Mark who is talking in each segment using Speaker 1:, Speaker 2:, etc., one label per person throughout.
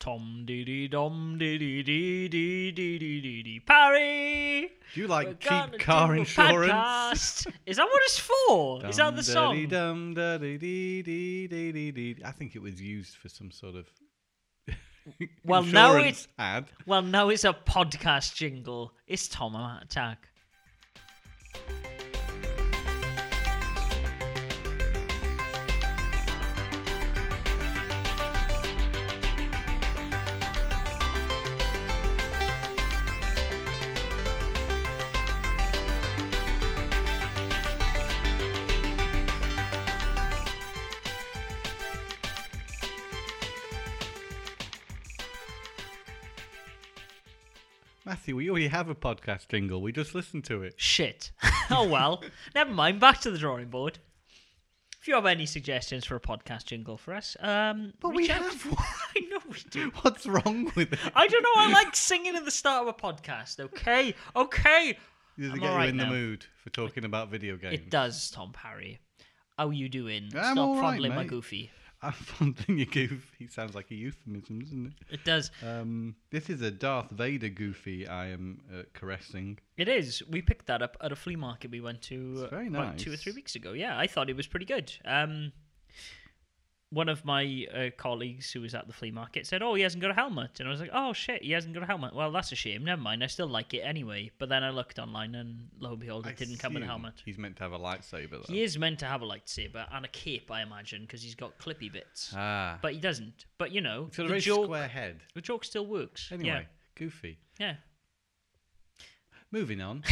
Speaker 1: Tom dee dee dom dee dee dee dee dee dee dee dee parry.
Speaker 2: Do you
Speaker 1: We're
Speaker 2: like
Speaker 1: gonna
Speaker 2: cheap car
Speaker 1: do a
Speaker 2: insurance?
Speaker 1: podcast. Is that what it's for? Is that the song?
Speaker 2: Dum, da, dee, dee, dee, dee, dee, dee. I think it was used for some sort of
Speaker 1: Well, no,
Speaker 2: insurance
Speaker 1: it-
Speaker 2: ad.
Speaker 1: Well, no, it's a podcast jingle. It's Tom and Matt Tag.
Speaker 2: Matthew, we already have a podcast jingle. We just listened to it.
Speaker 1: Shit. oh well. Never mind. Back to the drawing board. If you have any suggestions for a podcast jingle for us, um,
Speaker 2: But
Speaker 1: reach
Speaker 2: we
Speaker 1: out.
Speaker 2: have one.
Speaker 1: I know we do.
Speaker 2: What's wrong with it?
Speaker 1: I don't know. I like singing at the start of a podcast. Okay, okay.
Speaker 2: Does it
Speaker 1: I'm
Speaker 2: get
Speaker 1: alright
Speaker 2: you in the
Speaker 1: now.
Speaker 2: mood for talking about video games?
Speaker 1: It does, Tom Parry. How you doing?
Speaker 2: I'm
Speaker 1: Stop
Speaker 2: all right,
Speaker 1: fondling my
Speaker 2: mate.
Speaker 1: goofy.
Speaker 2: I'm fondling a goof. He sounds like a euphemism, doesn't
Speaker 1: It does.
Speaker 2: it? Um, this is a Darth Vader goofy I am uh, caressing.
Speaker 1: It is. We picked that up at a flea market we went to
Speaker 2: It's very
Speaker 1: uh, about two or
Speaker 2: nice.
Speaker 1: three weeks ago. Yeah, I thought it was pretty good. Um, one of my uh, colleagues who was at the flea market said, "Oh, he hasn't got a helmet," and I was like, "Oh shit, he hasn't got a helmet." Well, that's a shame. Never mind. I still like it anyway. But then I looked online, and lo and behold, it
Speaker 2: I
Speaker 1: didn't come with a
Speaker 2: assume
Speaker 1: helmet.
Speaker 2: He's meant to have a lightsaber, though.
Speaker 1: He is meant to have a lightsaber and a cape, I imagine, because he's got clippy bits.
Speaker 2: Ah.
Speaker 1: but he doesn't. But you know,
Speaker 2: He's got
Speaker 1: the
Speaker 2: a very
Speaker 1: joke,
Speaker 2: square head.
Speaker 1: the joke still works.
Speaker 2: Anyway,
Speaker 1: Yeah.
Speaker 2: goofy.
Speaker 1: Yeah.
Speaker 2: Moving on.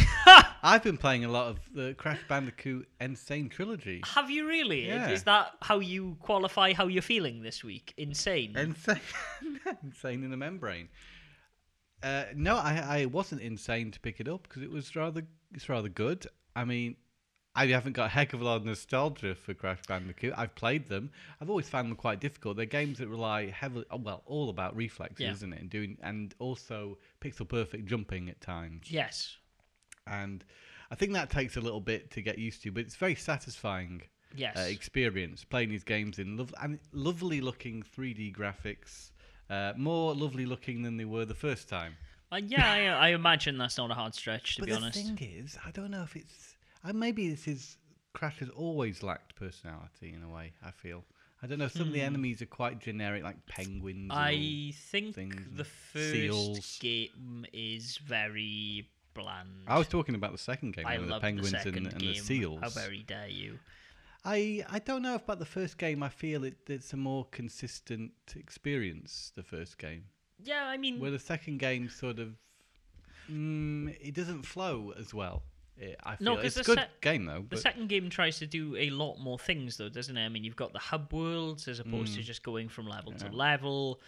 Speaker 2: I've been playing a lot of the Crash Bandicoot Insane E Trilogy.
Speaker 1: Have you really?
Speaker 2: Yeah.
Speaker 1: Is that how you qualify how you're feeling this week? Insane.
Speaker 2: Insane, E, insane in the membrane. Uh, no, I, I wasn't insane to pick it up because it was rather it's rather good. I mean, I haven't got a heck of a lot of nostalgia for Crash Bandicoot. I've played them. I've always found them quite difficult. They're games that rely heavily, oh, well, all about reflexes,
Speaker 1: Yeah.
Speaker 2: isn't it? And doing and also pixel perfect jumping at times.
Speaker 1: yes.
Speaker 2: and I think that takes a little bit to get used to, but it's very satisfying
Speaker 1: Yes.
Speaker 2: uh, experience playing these games in lov- and lovely looking 3D graphics, uh, more lovely looking than they were the first time.
Speaker 1: Uh, yeah, I, I imagine that's not a hard stretch to
Speaker 2: but
Speaker 1: be
Speaker 2: the
Speaker 1: honest.
Speaker 2: thing is, I don't know if it's uh, maybe this is Crash has always lacked personality in a way. I feel I don't know. Some of the enemies are quite generic, like penguins. and all.
Speaker 1: Hmm. I think
Speaker 2: things
Speaker 1: the
Speaker 2: and
Speaker 1: first
Speaker 2: seals.
Speaker 1: game is very bland.
Speaker 2: I was talking about the second game,
Speaker 1: I
Speaker 2: with the
Speaker 1: love
Speaker 2: penguins
Speaker 1: the second
Speaker 2: and, and
Speaker 1: game.
Speaker 2: the seals.
Speaker 1: How very dare you?
Speaker 2: I I don't know if about the first game. I feel it, it's a more consistent experience. The first game,
Speaker 1: Yeah, I mean,
Speaker 2: where the second game sort of mm, it doesn't flow as well. It, I feel
Speaker 1: No, 'cause
Speaker 2: it's
Speaker 1: the
Speaker 2: a good
Speaker 1: sec-
Speaker 2: game though.
Speaker 1: The
Speaker 2: But
Speaker 1: second game tries to do a lot more things, though, doesn't it? I mean, you've got the hub worlds as opposed
Speaker 2: Mm.
Speaker 1: to just going from level to level.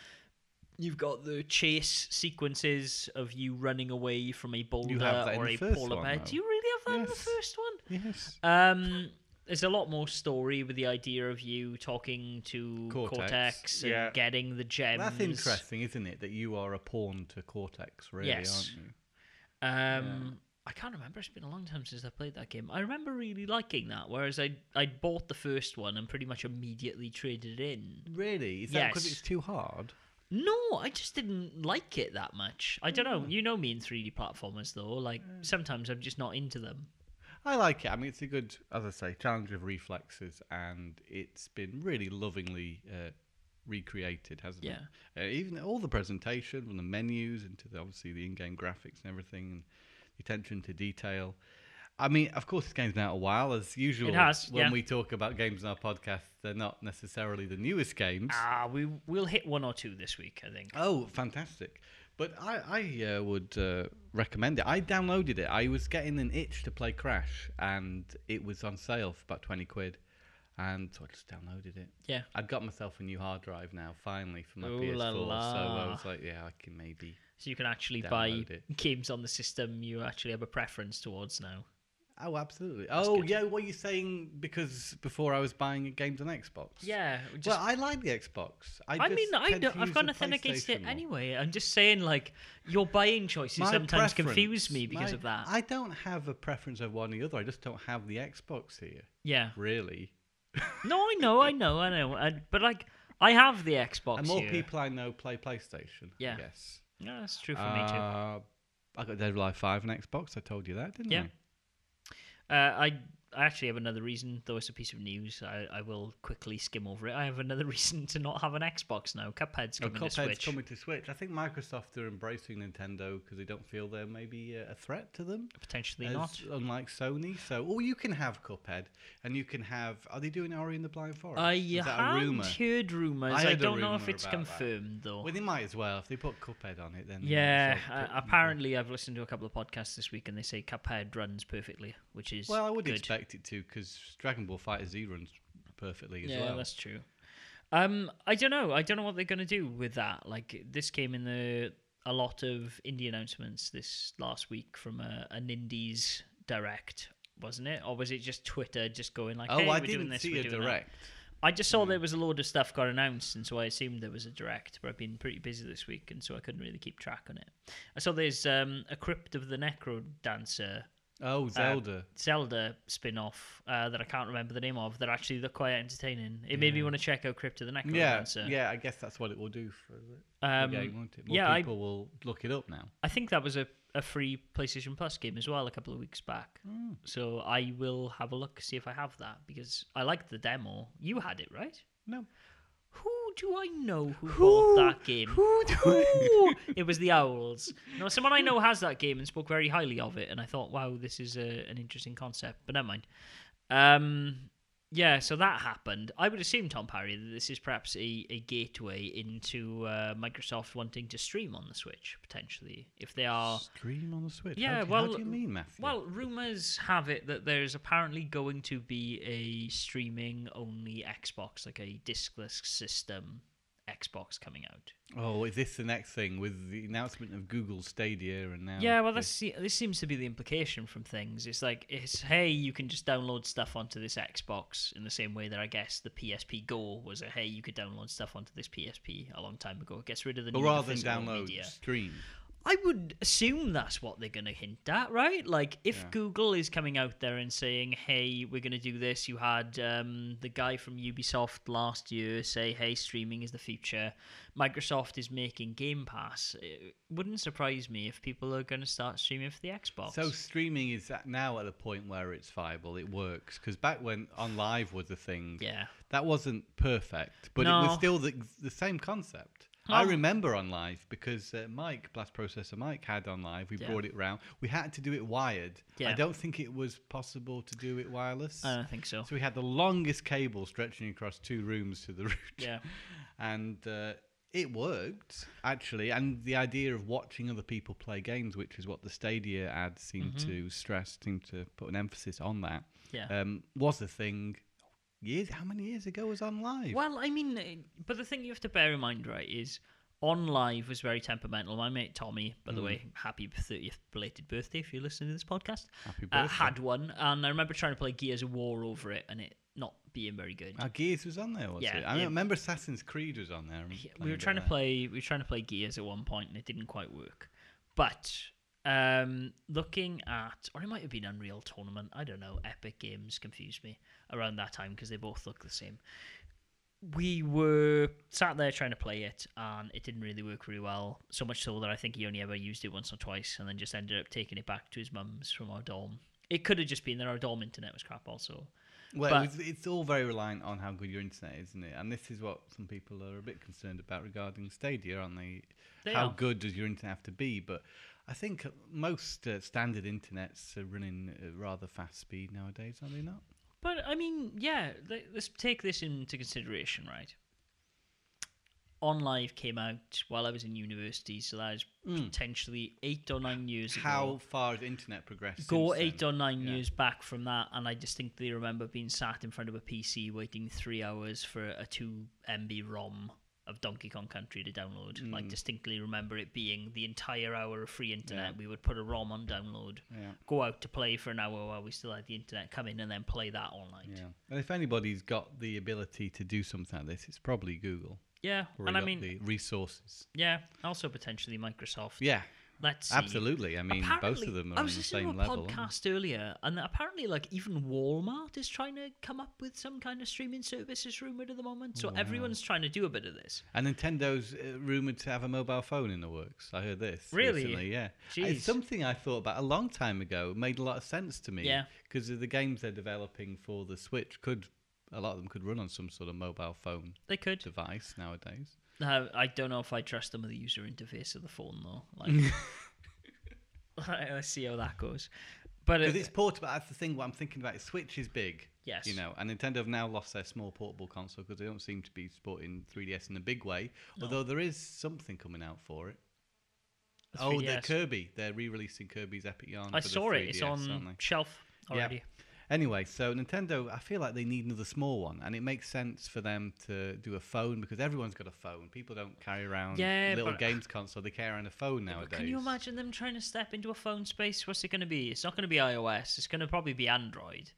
Speaker 1: You've got the chase sequences of you running away from a boulder
Speaker 2: that in
Speaker 1: or
Speaker 2: the
Speaker 1: a
Speaker 2: first
Speaker 1: polar
Speaker 2: one,
Speaker 1: bear.
Speaker 2: though.
Speaker 1: Do you really have that in
Speaker 2: Yes.
Speaker 1: the first one?
Speaker 2: yes,
Speaker 1: Um, there's a lot more story with the idea of you talking to Cortex,
Speaker 2: Cortex.
Speaker 1: and
Speaker 2: Yeah.
Speaker 1: getting the gems.
Speaker 2: that's interesting, isn't it? That you are a pawn to Cortex, really,
Speaker 1: Yes.
Speaker 2: aren't you?
Speaker 1: Um, I can't remember. It's been a long time since I played that game. I remember really liking that, whereas I I bought the first one and pretty much immediately traded it in.
Speaker 2: Really? Is that because
Speaker 1: Yes.
Speaker 2: it's too hard?
Speaker 1: No, I just didn't like it that much. I don't know. You know me in 3D platformers though. Like sometimes I'm just not into them.
Speaker 2: I like it. I mean, it's a good, as I say, challenge of reflexes, and it's been really lovingly uh, recreated, hasn't it? Yeah. Uh, even all the presentation, from the menus into the, obviously the in-game graphics and everything, and the attention to detail. I mean, of course, this game's been out a while, as usual.
Speaker 1: has,
Speaker 2: when
Speaker 1: yeah.
Speaker 2: we talk about games in our podcast, they're not necessarily the newest games.
Speaker 1: Ah, we we'll hit one or two this week, I think.
Speaker 2: Oh, fantastic! But I, I uh, would uh, recommend it. I downloaded it. I was getting an itch to play Crash, and it was on sale for about twenty quid, and so I just downloaded it.
Speaker 1: Yeah.
Speaker 2: I'd got myself a new hard drive now, finally, for my
Speaker 1: Ooh
Speaker 2: PS4.
Speaker 1: la
Speaker 2: So I
Speaker 1: la.
Speaker 2: was like, yeah, I can maybe.
Speaker 1: So you can actually buy
Speaker 2: Download it.
Speaker 1: games on the system you actually have a preference towards now.
Speaker 2: Oh, absolutely. Oh,
Speaker 1: good.
Speaker 2: yeah. What are you saying? Because before I was buying games on Xbox.
Speaker 1: Yeah, just
Speaker 2: well, I like the Xbox. I,
Speaker 1: I
Speaker 2: just
Speaker 1: mean, I
Speaker 2: tend to
Speaker 1: don't, I've
Speaker 2: use
Speaker 1: got
Speaker 2: the
Speaker 1: nothing against it
Speaker 2: PlayStation more.
Speaker 1: anyway. I'm just saying, like, your buying choices
Speaker 2: My
Speaker 1: sometimes
Speaker 2: preference-
Speaker 1: confuse me because
Speaker 2: my-
Speaker 1: of that.
Speaker 2: I don't have a preference over one or the other. I just don't have the Xbox here,
Speaker 1: yeah.
Speaker 2: really.
Speaker 1: No, I know, I know, I know. I, but, like, I have the Xbox.
Speaker 2: And more
Speaker 1: here.
Speaker 2: people I know play PlayStation.
Speaker 1: Yeah.
Speaker 2: Yes.
Speaker 1: Yeah, that's true for me too.
Speaker 2: Uh, I got Dead or Alive Five and Xbox. I told you that, didn't
Speaker 1: Yeah.
Speaker 2: I?
Speaker 1: Uh, I I actually have another reason, though it's a piece of news. I, I will quickly skim over it. I have another reason to not have an Xbox now. Cuphead's
Speaker 2: Oh,
Speaker 1: coming to
Speaker 2: Cuphead's
Speaker 1: Switch.
Speaker 2: coming to Switch. I think Microsoft are embracing Nintendo because they don't feel they're maybe uh, a threat to them.
Speaker 1: Potentially
Speaker 2: as-
Speaker 1: not.
Speaker 2: Unlike Sony, so oh, you can have Cuphead, and you can have. Are they doing Ori in the Blind Forest?
Speaker 1: I
Speaker 2: Is that a
Speaker 1: had
Speaker 2: rumor?
Speaker 1: heard rumors.
Speaker 2: I
Speaker 1: I,
Speaker 2: heard a
Speaker 1: don't know if
Speaker 2: rumour
Speaker 1: it's
Speaker 2: about that.
Speaker 1: confirmed though.
Speaker 2: Well, they might as well if they put Cuphead on it. Then they might
Speaker 1: yeah,
Speaker 2: as well
Speaker 1: uh,
Speaker 2: put-
Speaker 1: apparently I've listened to a couple of podcasts this week and they say Cuphead runs perfectly, which is
Speaker 2: Well, I would
Speaker 1: good.
Speaker 2: expect it to because Dragon Ball Fighter Z runs perfectly as
Speaker 1: yeah,
Speaker 2: well.
Speaker 1: that's true. Um, I don't know. I don't know what they're gonna do with that. Like this came in the a lot of indie announcements this last week from a, an indies direct, wasn't it? Or was it just Twitter just going like,
Speaker 2: oh,
Speaker 1: "Hey,
Speaker 2: I
Speaker 1: we're doing
Speaker 2: didn't
Speaker 1: this,
Speaker 2: see
Speaker 1: we're
Speaker 2: a
Speaker 1: doing that."
Speaker 2: direct.
Speaker 1: I just
Speaker 2: Mm-hmm.
Speaker 1: saw there was a load of stuff got announced, and so I assumed there was a direct. But I've been pretty busy this week, and so I couldn't really keep track on it. I saw there's um, a Crypt of the Necro Dancer
Speaker 2: Oh,
Speaker 1: Uh,
Speaker 2: Zelda.
Speaker 1: Zelda spin off uh, that I can't remember the name of that actually looked quite entertaining. It made me
Speaker 2: Yeah.
Speaker 1: want to check out Crypt of the Necro
Speaker 2: yeah,
Speaker 1: Dancer.
Speaker 2: yeah. I guess that's what it will do for the- the
Speaker 1: Um,
Speaker 2: game, won't it? More
Speaker 1: yeah, I-
Speaker 2: people will look it up now.
Speaker 1: I think that was a, a free PlayStation Plus game as well a couple of weeks back.
Speaker 2: Mm.
Speaker 1: So I will have a look, see if I have that because I liked the demo. You had it, right?
Speaker 2: No.
Speaker 1: Who do I know who, bought
Speaker 2: Who-
Speaker 1: that game?
Speaker 2: who do I-
Speaker 1: Who? it was the Owls. No, someone I know has that game and spoke very highly of it, and I thought, wow, this is a, an interesting concept. But never mind. Um, yeah, so that happened. I would assume, Tom Parry, that this is perhaps a, a gateway into uh, Microsoft wanting to stream on the Switch, potentially, if they are.
Speaker 2: Stream on the Switch.
Speaker 1: Yeah,
Speaker 2: how do,
Speaker 1: well,
Speaker 2: how do you mean, Matthew?
Speaker 1: Well, rumors have it that there's apparently going to be a streaming only Xbox, like a diskless system Xbox coming out.
Speaker 2: oh, is this the next thing with the announcement of Google Stadia and now?
Speaker 1: Yeah, well,
Speaker 2: this-
Speaker 1: this this seems to be the implication from things. It's like it's hey, you can just download stuff onto this Xbox in the same way that I guess the PSP Go was a hey, you could download stuff onto this PSP a long time ago. It gets rid of the
Speaker 2: But
Speaker 1: need
Speaker 2: rather
Speaker 1: for
Speaker 2: than
Speaker 1: physical
Speaker 2: download,
Speaker 1: media.
Speaker 2: stream.
Speaker 1: I would assume that's what they're going to hint at, right? Like, if
Speaker 2: Yeah.
Speaker 1: Google is coming out there and saying, hey, we're going to do this, you had um, the guy from Ubisoft last year say, hey, streaming is the future, Microsoft is making Game Pass, it wouldn't surprise me if people are going to start streaming for the Xbox.
Speaker 2: So streaming is at now at a point where it's viable. It works because back when on live was a thing,
Speaker 1: yeah.
Speaker 2: that wasn't perfect, but it was
Speaker 1: No.
Speaker 2: still the, the same concept. I
Speaker 1: Oh.
Speaker 2: remember on live because uh, Mike, Blast Processor Mike, had on live. We
Speaker 1: Yeah.
Speaker 2: brought it round. We had to do it wired. I
Speaker 1: Yeah.
Speaker 2: don't think it was possible to do it wireless.
Speaker 1: I don't think so.
Speaker 2: so we had the longest cable stretching across two rooms to the route.
Speaker 1: Yeah.
Speaker 2: and uh, it worked actually. And the idea of watching other people play games, which is what the Stadia ad seemed to stress, seemed to put an emphasis on that,
Speaker 1: Mm-hmm. Yeah.
Speaker 2: um, was a thing. Years, how many years ago was on live?
Speaker 1: Well, I mean, eh, but the thing you have to bear in mind, right, is on live was very temperamental. My mate Tommy, by
Speaker 2: Mm.
Speaker 1: the way, happy 30th belated birthday if you're listening to this podcast,
Speaker 2: Happy
Speaker 1: uh,
Speaker 2: birthday.
Speaker 1: had one. And I remember trying to play Gears of War over it and it not being very good.
Speaker 2: Our Gears was on there, was
Speaker 1: Yeah,
Speaker 2: it? I
Speaker 1: it-
Speaker 2: remember Assassin's Creed was on there. and
Speaker 1: Yeah, we
Speaker 2: playing
Speaker 1: were
Speaker 2: a bit
Speaker 1: trying to
Speaker 2: of that.
Speaker 1: play we were trying to play Gears at one point and it didn't quite work. But um, looking at, or it might have been Unreal Tournament. I don't know. Epic Games confused me around that time because they both look the same. We were sat there trying to play it, and it didn't really work really well. So much so that I think he only ever used it once or twice, and then just ended up taking it back to his mum's from our dorm. It could have just been that our dorm internet was crap, also.
Speaker 2: Well,
Speaker 1: but-
Speaker 2: it was, it's all very reliant on how good your internet is, isn't it? And this is what some people are a bit concerned about regarding Stadia, aren't they?
Speaker 1: They
Speaker 2: how
Speaker 1: are.
Speaker 2: good does your internet have to be? But I think most uh, standard internets are running at rather fast speed nowadays, are they not?
Speaker 1: But I mean, yeah, le- let's take this into consideration, right? On Live came out while I was in university, so that is potentially eight or nine years
Speaker 2: Hmm. How
Speaker 1: ago.
Speaker 2: far has internet progressed?
Speaker 1: Go
Speaker 2: since
Speaker 1: eight
Speaker 2: then?
Speaker 1: or nine
Speaker 2: Yeah.
Speaker 1: years back from that, and I distinctly remember being sat in front of a PC waiting three hours for a two MB ROM of Donkey Kong Country to download.
Speaker 2: Hmm.
Speaker 1: Like, distinctly remember it being the entire hour of free internet. We would put a ROM on download,
Speaker 2: Yeah.
Speaker 1: go out to play for an hour while we still had the internet come in, and then play that all night.
Speaker 2: Yeah. And if anybody's got the ability to do something like this, it's probably Google.
Speaker 1: Yeah,
Speaker 2: Or
Speaker 1: and I mean,
Speaker 2: the resources.
Speaker 1: yeah, also potentially Microsoft.
Speaker 2: Yeah.
Speaker 1: Let's see.
Speaker 2: Absolutely. I mean, both of them are
Speaker 1: I
Speaker 2: on the
Speaker 1: was listening
Speaker 2: same
Speaker 1: to a
Speaker 2: level. aren't
Speaker 1: podcast earlier, and apparently, like even Walmart is trying to come up with some kind of streaming service. Is rumored at the moment, so everyone's trying to do a bit of this.
Speaker 2: And Nintendo's uh, rumored to have a mobile phone in the works. I heard this
Speaker 1: Really?
Speaker 2: recently. Yeah,
Speaker 1: Jeez.
Speaker 2: it's something I thought about a long time ago. It made a lot of sense to me.
Speaker 1: Yeah.
Speaker 2: because of the games they're developing for the Switch could a lot of them could run on some sort of mobile phone
Speaker 1: They could.
Speaker 2: device nowadays.
Speaker 1: Uh, I don't know if I trust them with the user interface of the phone though. Like, let's see how that goes. But
Speaker 2: Because
Speaker 1: it,
Speaker 2: it's portable. That's the thing. What I'm thinking about is Switch is big.
Speaker 1: Yes.
Speaker 2: You know, and Nintendo have now lost their small portable console because they don't seem to be supporting 3DS in a big way. Although there is something coming out for it.
Speaker 1: The
Speaker 2: Oh, they're
Speaker 1: 3DS.
Speaker 2: Kirby. They're re-releasing Kirby's Epic Yarn.
Speaker 1: I
Speaker 2: for the
Speaker 1: saw it. It's
Speaker 2: 3DS, aren't
Speaker 1: on
Speaker 2: they?
Speaker 1: shelf
Speaker 2: Yeah.
Speaker 1: already.
Speaker 2: Anyway, so Nintendo, I feel like they need another small one, and it makes sense for them to do a phone because everyone's got a phone. People don't carry around
Speaker 1: Yeah,
Speaker 2: little
Speaker 1: but-
Speaker 2: games console; they carry around a phone nowadays.
Speaker 1: But Can you imagine them trying to step into a phone space? What's it going to be? It's not going to be iOS. It's going to probably be Android.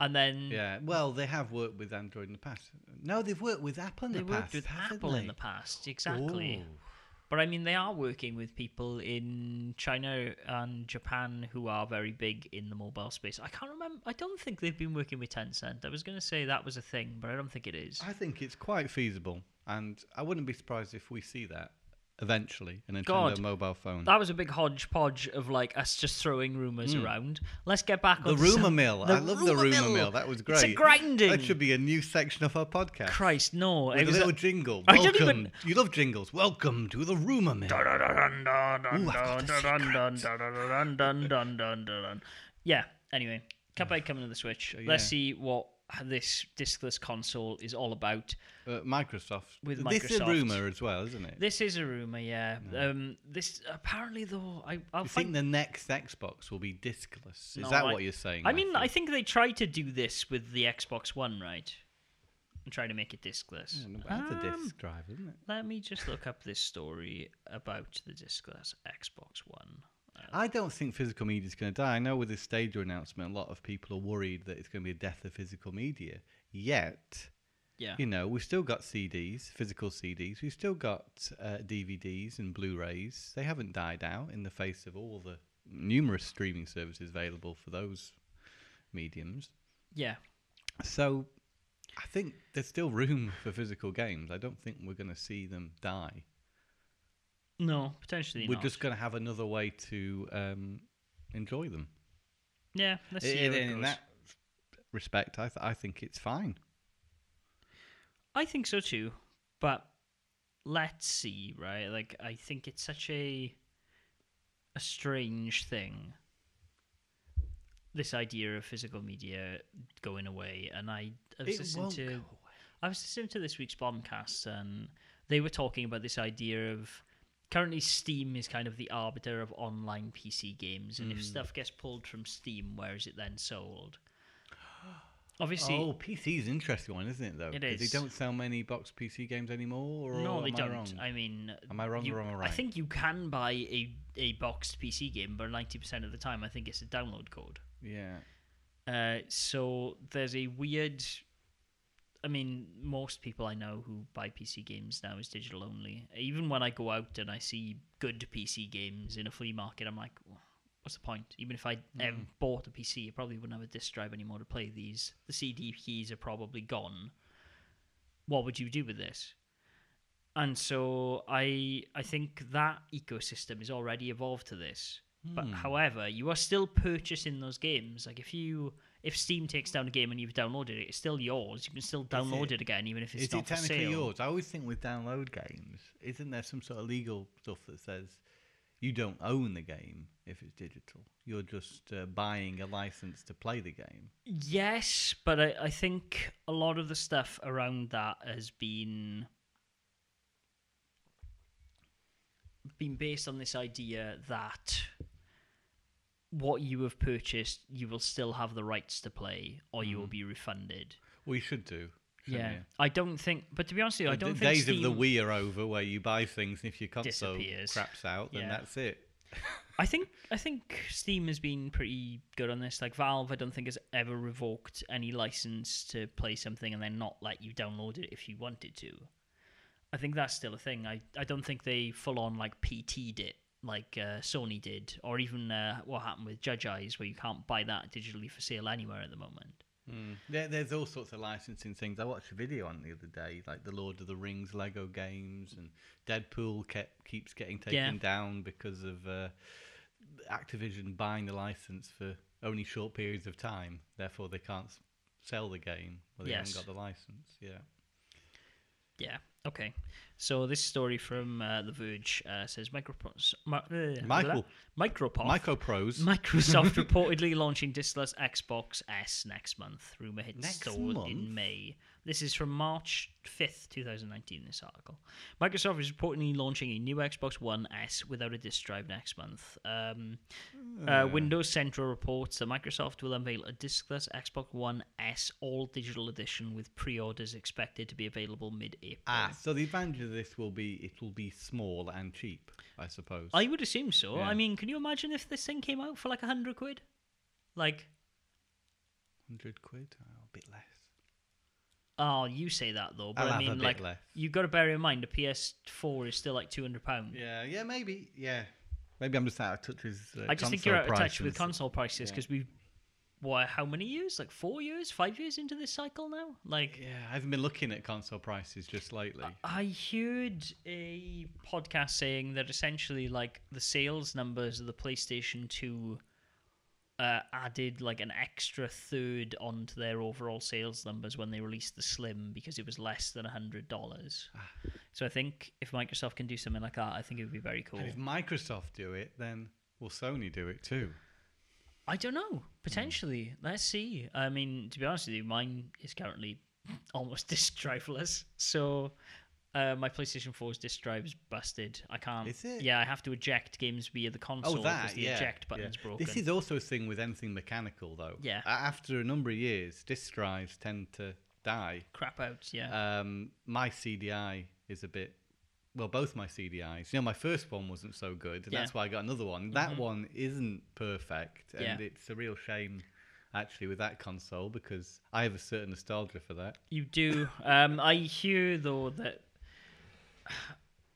Speaker 1: And then
Speaker 2: Yeah, well, they have worked with Android in the past. No, they've worked with Apple in
Speaker 1: they
Speaker 2: the
Speaker 1: worked
Speaker 2: past.
Speaker 1: with
Speaker 2: haven't
Speaker 1: Apple in
Speaker 2: they?
Speaker 1: the past, exactly.
Speaker 2: Ooh.
Speaker 1: But I mean, they are working with people in China and Japan who are very big in the mobile space. I can't remember. I don't think they've been working with Tencent. I was going to say that was a thing, but I don't think it is.
Speaker 2: I think it's quite feasible, and I wouldn't be surprised if we see that eventually a Nintendo
Speaker 1: God.
Speaker 2: mobile phone.
Speaker 1: That was a big hodgepodge of like us just throwing rumors around. Let's get back
Speaker 2: Hmm. the
Speaker 1: on
Speaker 2: rumor mill. I love the rumor mill. That was great.
Speaker 1: It's a grinding.
Speaker 2: That should be a new section of our podcast.
Speaker 1: Christ, no.
Speaker 2: With
Speaker 1: it
Speaker 2: a
Speaker 1: was
Speaker 2: little
Speaker 1: a-
Speaker 2: jingle.
Speaker 1: I don't
Speaker 2: Welcome.
Speaker 1: even-
Speaker 2: You love jingles. Welcome to the rumor mill. Ooh, I've got a
Speaker 1: Yeah. Anyway, Cuphead coming to the Switch. Let's
Speaker 2: Oh, yeah.
Speaker 1: see what this discless console is all about.
Speaker 2: Uh, Microsoft.
Speaker 1: With
Speaker 2: This is a
Speaker 1: Microsoft.
Speaker 2: rumor as well, isn't it?
Speaker 1: This is a rumor, yeah. Um, this apparently though, I I'll find
Speaker 2: you think the next Xbox will be discless? Is
Speaker 1: No,
Speaker 2: that
Speaker 1: I-
Speaker 2: what you're saying?
Speaker 1: I mean, I
Speaker 2: Matthew?
Speaker 1: think they tried to do this with the Xbox One, right? And try to make it discless.
Speaker 2: Yeah, no, but that's a
Speaker 1: Um,
Speaker 2: disc drive, isn't it?
Speaker 1: Let me just look up this story about the discless Xbox One.
Speaker 2: I don't think physical media is going to die. I know with this Stadia announcement, a lot of people are worried that it's going to be a death of physical media. Yet,
Speaker 1: Yeah.
Speaker 2: you know, we've still got CDs, physical CDs. We've still got uh, DVDs and Blu-rays. They haven't died out in the face of all the numerous streaming services available for those mediums.
Speaker 1: Yeah.
Speaker 2: So, I think there's still room for physical games. I don't think we're going to see them die.
Speaker 1: No, potentially
Speaker 2: we're
Speaker 1: not.
Speaker 2: just going to have another way to um, enjoy them.
Speaker 1: Yeah, let's
Speaker 2: I-
Speaker 1: see
Speaker 2: in,
Speaker 1: how it
Speaker 2: in
Speaker 1: goes.
Speaker 2: that respect, I, th- I think it's fine.
Speaker 1: I think so too, but let's see, right? Like, I think it's such a a strange thing. This idea of physical media going away, and I, I was
Speaker 2: It
Speaker 1: listening
Speaker 2: won't
Speaker 1: to
Speaker 2: go away.
Speaker 1: I was listening to this week's Bombcast, and they were talking about this idea of currently Steam is kind of the arbiter of online PC games, and if
Speaker 2: Hmm.
Speaker 1: stuff gets pulled from Steam, where is it then sold? Obviously,
Speaker 2: oh, PC's an interesting one, isn't it? Though
Speaker 1: It
Speaker 2: 'Cause
Speaker 1: is.
Speaker 2: They don't sell many box PC games anymore. Oh, Or
Speaker 1: No, they
Speaker 2: am I
Speaker 1: don't.
Speaker 2: wrong?
Speaker 1: I mean,
Speaker 2: Am I wrong
Speaker 1: you-
Speaker 2: or am I right?
Speaker 1: I think you can buy a, a boxed PC game, but ninety percent of the time, I think it's a download code.
Speaker 2: Yeah.
Speaker 1: Uh, so there's a weird. I mean, most people I know who buy PC games now is digital only. Even when I go out and I see good PC games in a flea market, I'm like, "Wha- what's the point? Even if I um, bought a PC, I probably wouldn't have a disk drive anymore to play these. The CD keys are probably gone. What would you do with this? And so I I think that ecosystem is already evolved to this.
Speaker 2: Hmm.
Speaker 1: But however, you are still purchasing those games. Like if you if Steam takes down a game and you've downloaded it, it's still yours. You can still download it,
Speaker 2: it-
Speaker 1: again, even if it's
Speaker 2: Is
Speaker 1: not
Speaker 2: it
Speaker 1: for
Speaker 2: technically
Speaker 1: sale.
Speaker 2: yours? I always think with download games, isn't there some sort of legal stuff that says you don't own the game if it's digital? You're just uh, buying a license to play the game.
Speaker 1: Yes, but I, I think a lot of the stuff around that has been been based on this idea that what you have purchased, you will still have the rights to play, or you
Speaker 2: Hmm.
Speaker 1: will be refunded.
Speaker 2: We should do. shouldn't
Speaker 1: Yeah,
Speaker 2: you?
Speaker 1: I don't think. But to be honest with you, I
Speaker 2: The
Speaker 1: don't think
Speaker 2: days
Speaker 1: Steam,
Speaker 2: of the Wii are over, where you buy things and if your console
Speaker 1: Disappears.
Speaker 2: craps out, then
Speaker 1: Yeah.
Speaker 2: that's it.
Speaker 1: I think I think Steam has been pretty good on this. Like Valve, I don't think has ever revoked any license to play something and then not let you download it if you wanted to. I think that's still a thing. I, I don't think they full on like PT'd it like uh, Sony did, or even uh, what happened with Judge Eyes, where you can't buy that digitally for sale anywhere at the moment.
Speaker 2: Mm. There, there's all sorts of licensing things. I watched a video on the other day, like the Lord of the Rings Lego games, and Deadpool kept, keeps getting taken
Speaker 1: Yeah.
Speaker 2: down because of uh, Activision buying the license for only short periods of time. Therefore, they can't s- sell the game. Well, they
Speaker 1: Yes.
Speaker 2: haven't got the license. Yeah.
Speaker 1: Yeah. Okay. So this story from uh, The Verge uh, says Micropos- mi- uh,
Speaker 2: Michael.
Speaker 1: Micropof.
Speaker 2: Microprose.
Speaker 1: Microsoft reportedly launching discless Xbox S next month. Rumor hits
Speaker 2: Next
Speaker 1: stores
Speaker 2: month?
Speaker 1: in May. This is from March 5th, 2019, this article. Microsoft is reportedly launching a new Xbox One S without a disk drive next month. Um, uh, Windows Central reports that Microsoft will unveil a discless Xbox One S all digital edition with pre orders expected to be available mid April.
Speaker 2: ah, so the advantage of this will be it will be small and cheap, I suppose.
Speaker 1: I would assume so.
Speaker 2: Yeah.
Speaker 1: I mean, can you imagine if this thing came out for like 100 quid? Like,
Speaker 2: 100 quid? Oh, a bit less.
Speaker 1: Oh, you say that though, but
Speaker 2: I'll
Speaker 1: I
Speaker 2: have a
Speaker 1: mean,
Speaker 2: bit
Speaker 1: like,
Speaker 2: less.
Speaker 1: you got to bear in mind, a PS4 is still like two hundred pound.
Speaker 2: Yeah, yeah, maybe. Yeah. Maybe I'm just out of touch with. Uh,
Speaker 1: I just think
Speaker 2: console
Speaker 1: you're out of touch with
Speaker 2: prices.
Speaker 1: console prices
Speaker 2: Yeah.
Speaker 1: because we, what, how many years? Like four years, five years into this cycle now. Like,
Speaker 2: Yeah, I haven't been looking at console prices just lately.
Speaker 1: I heard a podcast saying that essentially, like, the sales numbers of the PlayStation Two. Uh, added like an extra third onto their overall sales numbers when they released the Slim because it was less than hundred dollars. So I think if Microsoft can do something like that, I think it would be very cool.
Speaker 2: And if Microsoft do it, then will Sony do it too?
Speaker 1: I don't
Speaker 2: Hmm.
Speaker 1: know. Potentially, let's see. I mean, to be honest with you, mine is currently almost disk driveless. So uh, my PlayStation 4's disk drive's busted. I can't.
Speaker 2: Is it?
Speaker 1: Yeah, I have to eject games via the console
Speaker 2: Oh,
Speaker 1: because
Speaker 2: that
Speaker 1: the
Speaker 2: yeah.
Speaker 1: eject
Speaker 2: yeah.
Speaker 1: button's broken.
Speaker 2: This is also a thing with anything mechanical, though.
Speaker 1: Yeah.
Speaker 2: A- After a number of years, disk drives tend to die.
Speaker 1: crap out. Yeah.
Speaker 2: Um, my CDI is a bit. Well, both my CDIs. You know, my first one wasn't so good, and
Speaker 1: Yeah. Mm-hmm.
Speaker 2: that's why I got another one. That one isn't perfect,
Speaker 1: Yeah.
Speaker 2: and it's a real shame, actually, with that console because I have a certain nostalgia for that.
Speaker 1: You do. Um, I hear though that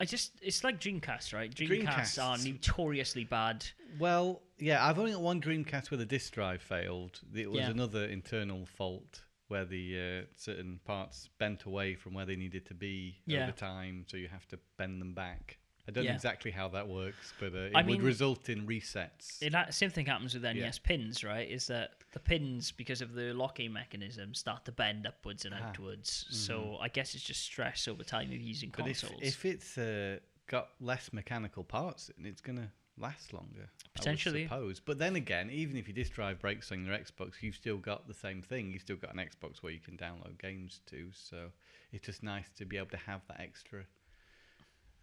Speaker 1: I just—it's like Dreamcast, right? Dreamcasts are
Speaker 2: Dreamcasts.
Speaker 1: notoriously bad.
Speaker 2: Well, yeah, I've only got one Dreamcast where the disk drive failed. It was
Speaker 1: Yeah.
Speaker 2: another internal fault where the uh, certain parts bent away from where they needed to be
Speaker 1: Yeah.
Speaker 2: over time, so you have to bend them back. I don't
Speaker 1: Yeah.
Speaker 2: know exactly how that works, but uh, it
Speaker 1: I
Speaker 2: would
Speaker 1: mean-
Speaker 2: result in resets.
Speaker 1: It, ha- same thing happens with NES pins, right? Is that the pins, because of the locking mechanism, start to bend upwards and
Speaker 2: Ah.
Speaker 1: outwards. So I guess it's just stress over time of using
Speaker 2: Mm-hmm. but if,
Speaker 1: consoles.
Speaker 2: if it's uh, got less mechanical parts, then it's going to last longer.
Speaker 1: Potentially.
Speaker 2: I would suppose. But then again, even if your disk drive breaks on your Xbox, you've still got the same thing. You've still got an Xbox where you can download games to. So it's just nice to be able to have that extra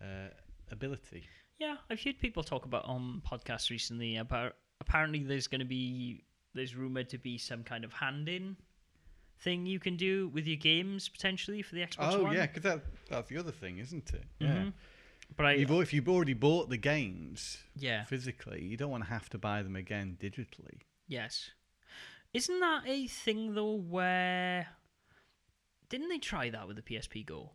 Speaker 2: uh, ability.
Speaker 1: yeah, I've heard people talk about on podcasts recently about apparently there's going to be there's rumored to be some kind of hand-in thing you can do with your games potentially for the Xbox
Speaker 2: oh
Speaker 1: One.
Speaker 2: yeah, because that, that's the other thing, isn't it?
Speaker 1: Mhm. But I
Speaker 2: Yeah. You've, al- if you've already bought the games
Speaker 1: yeah
Speaker 2: physically, you don't want to have to buy them again digitally.
Speaker 1: Yes. Isn't that a thing though where didn't they try that with the PSP Go?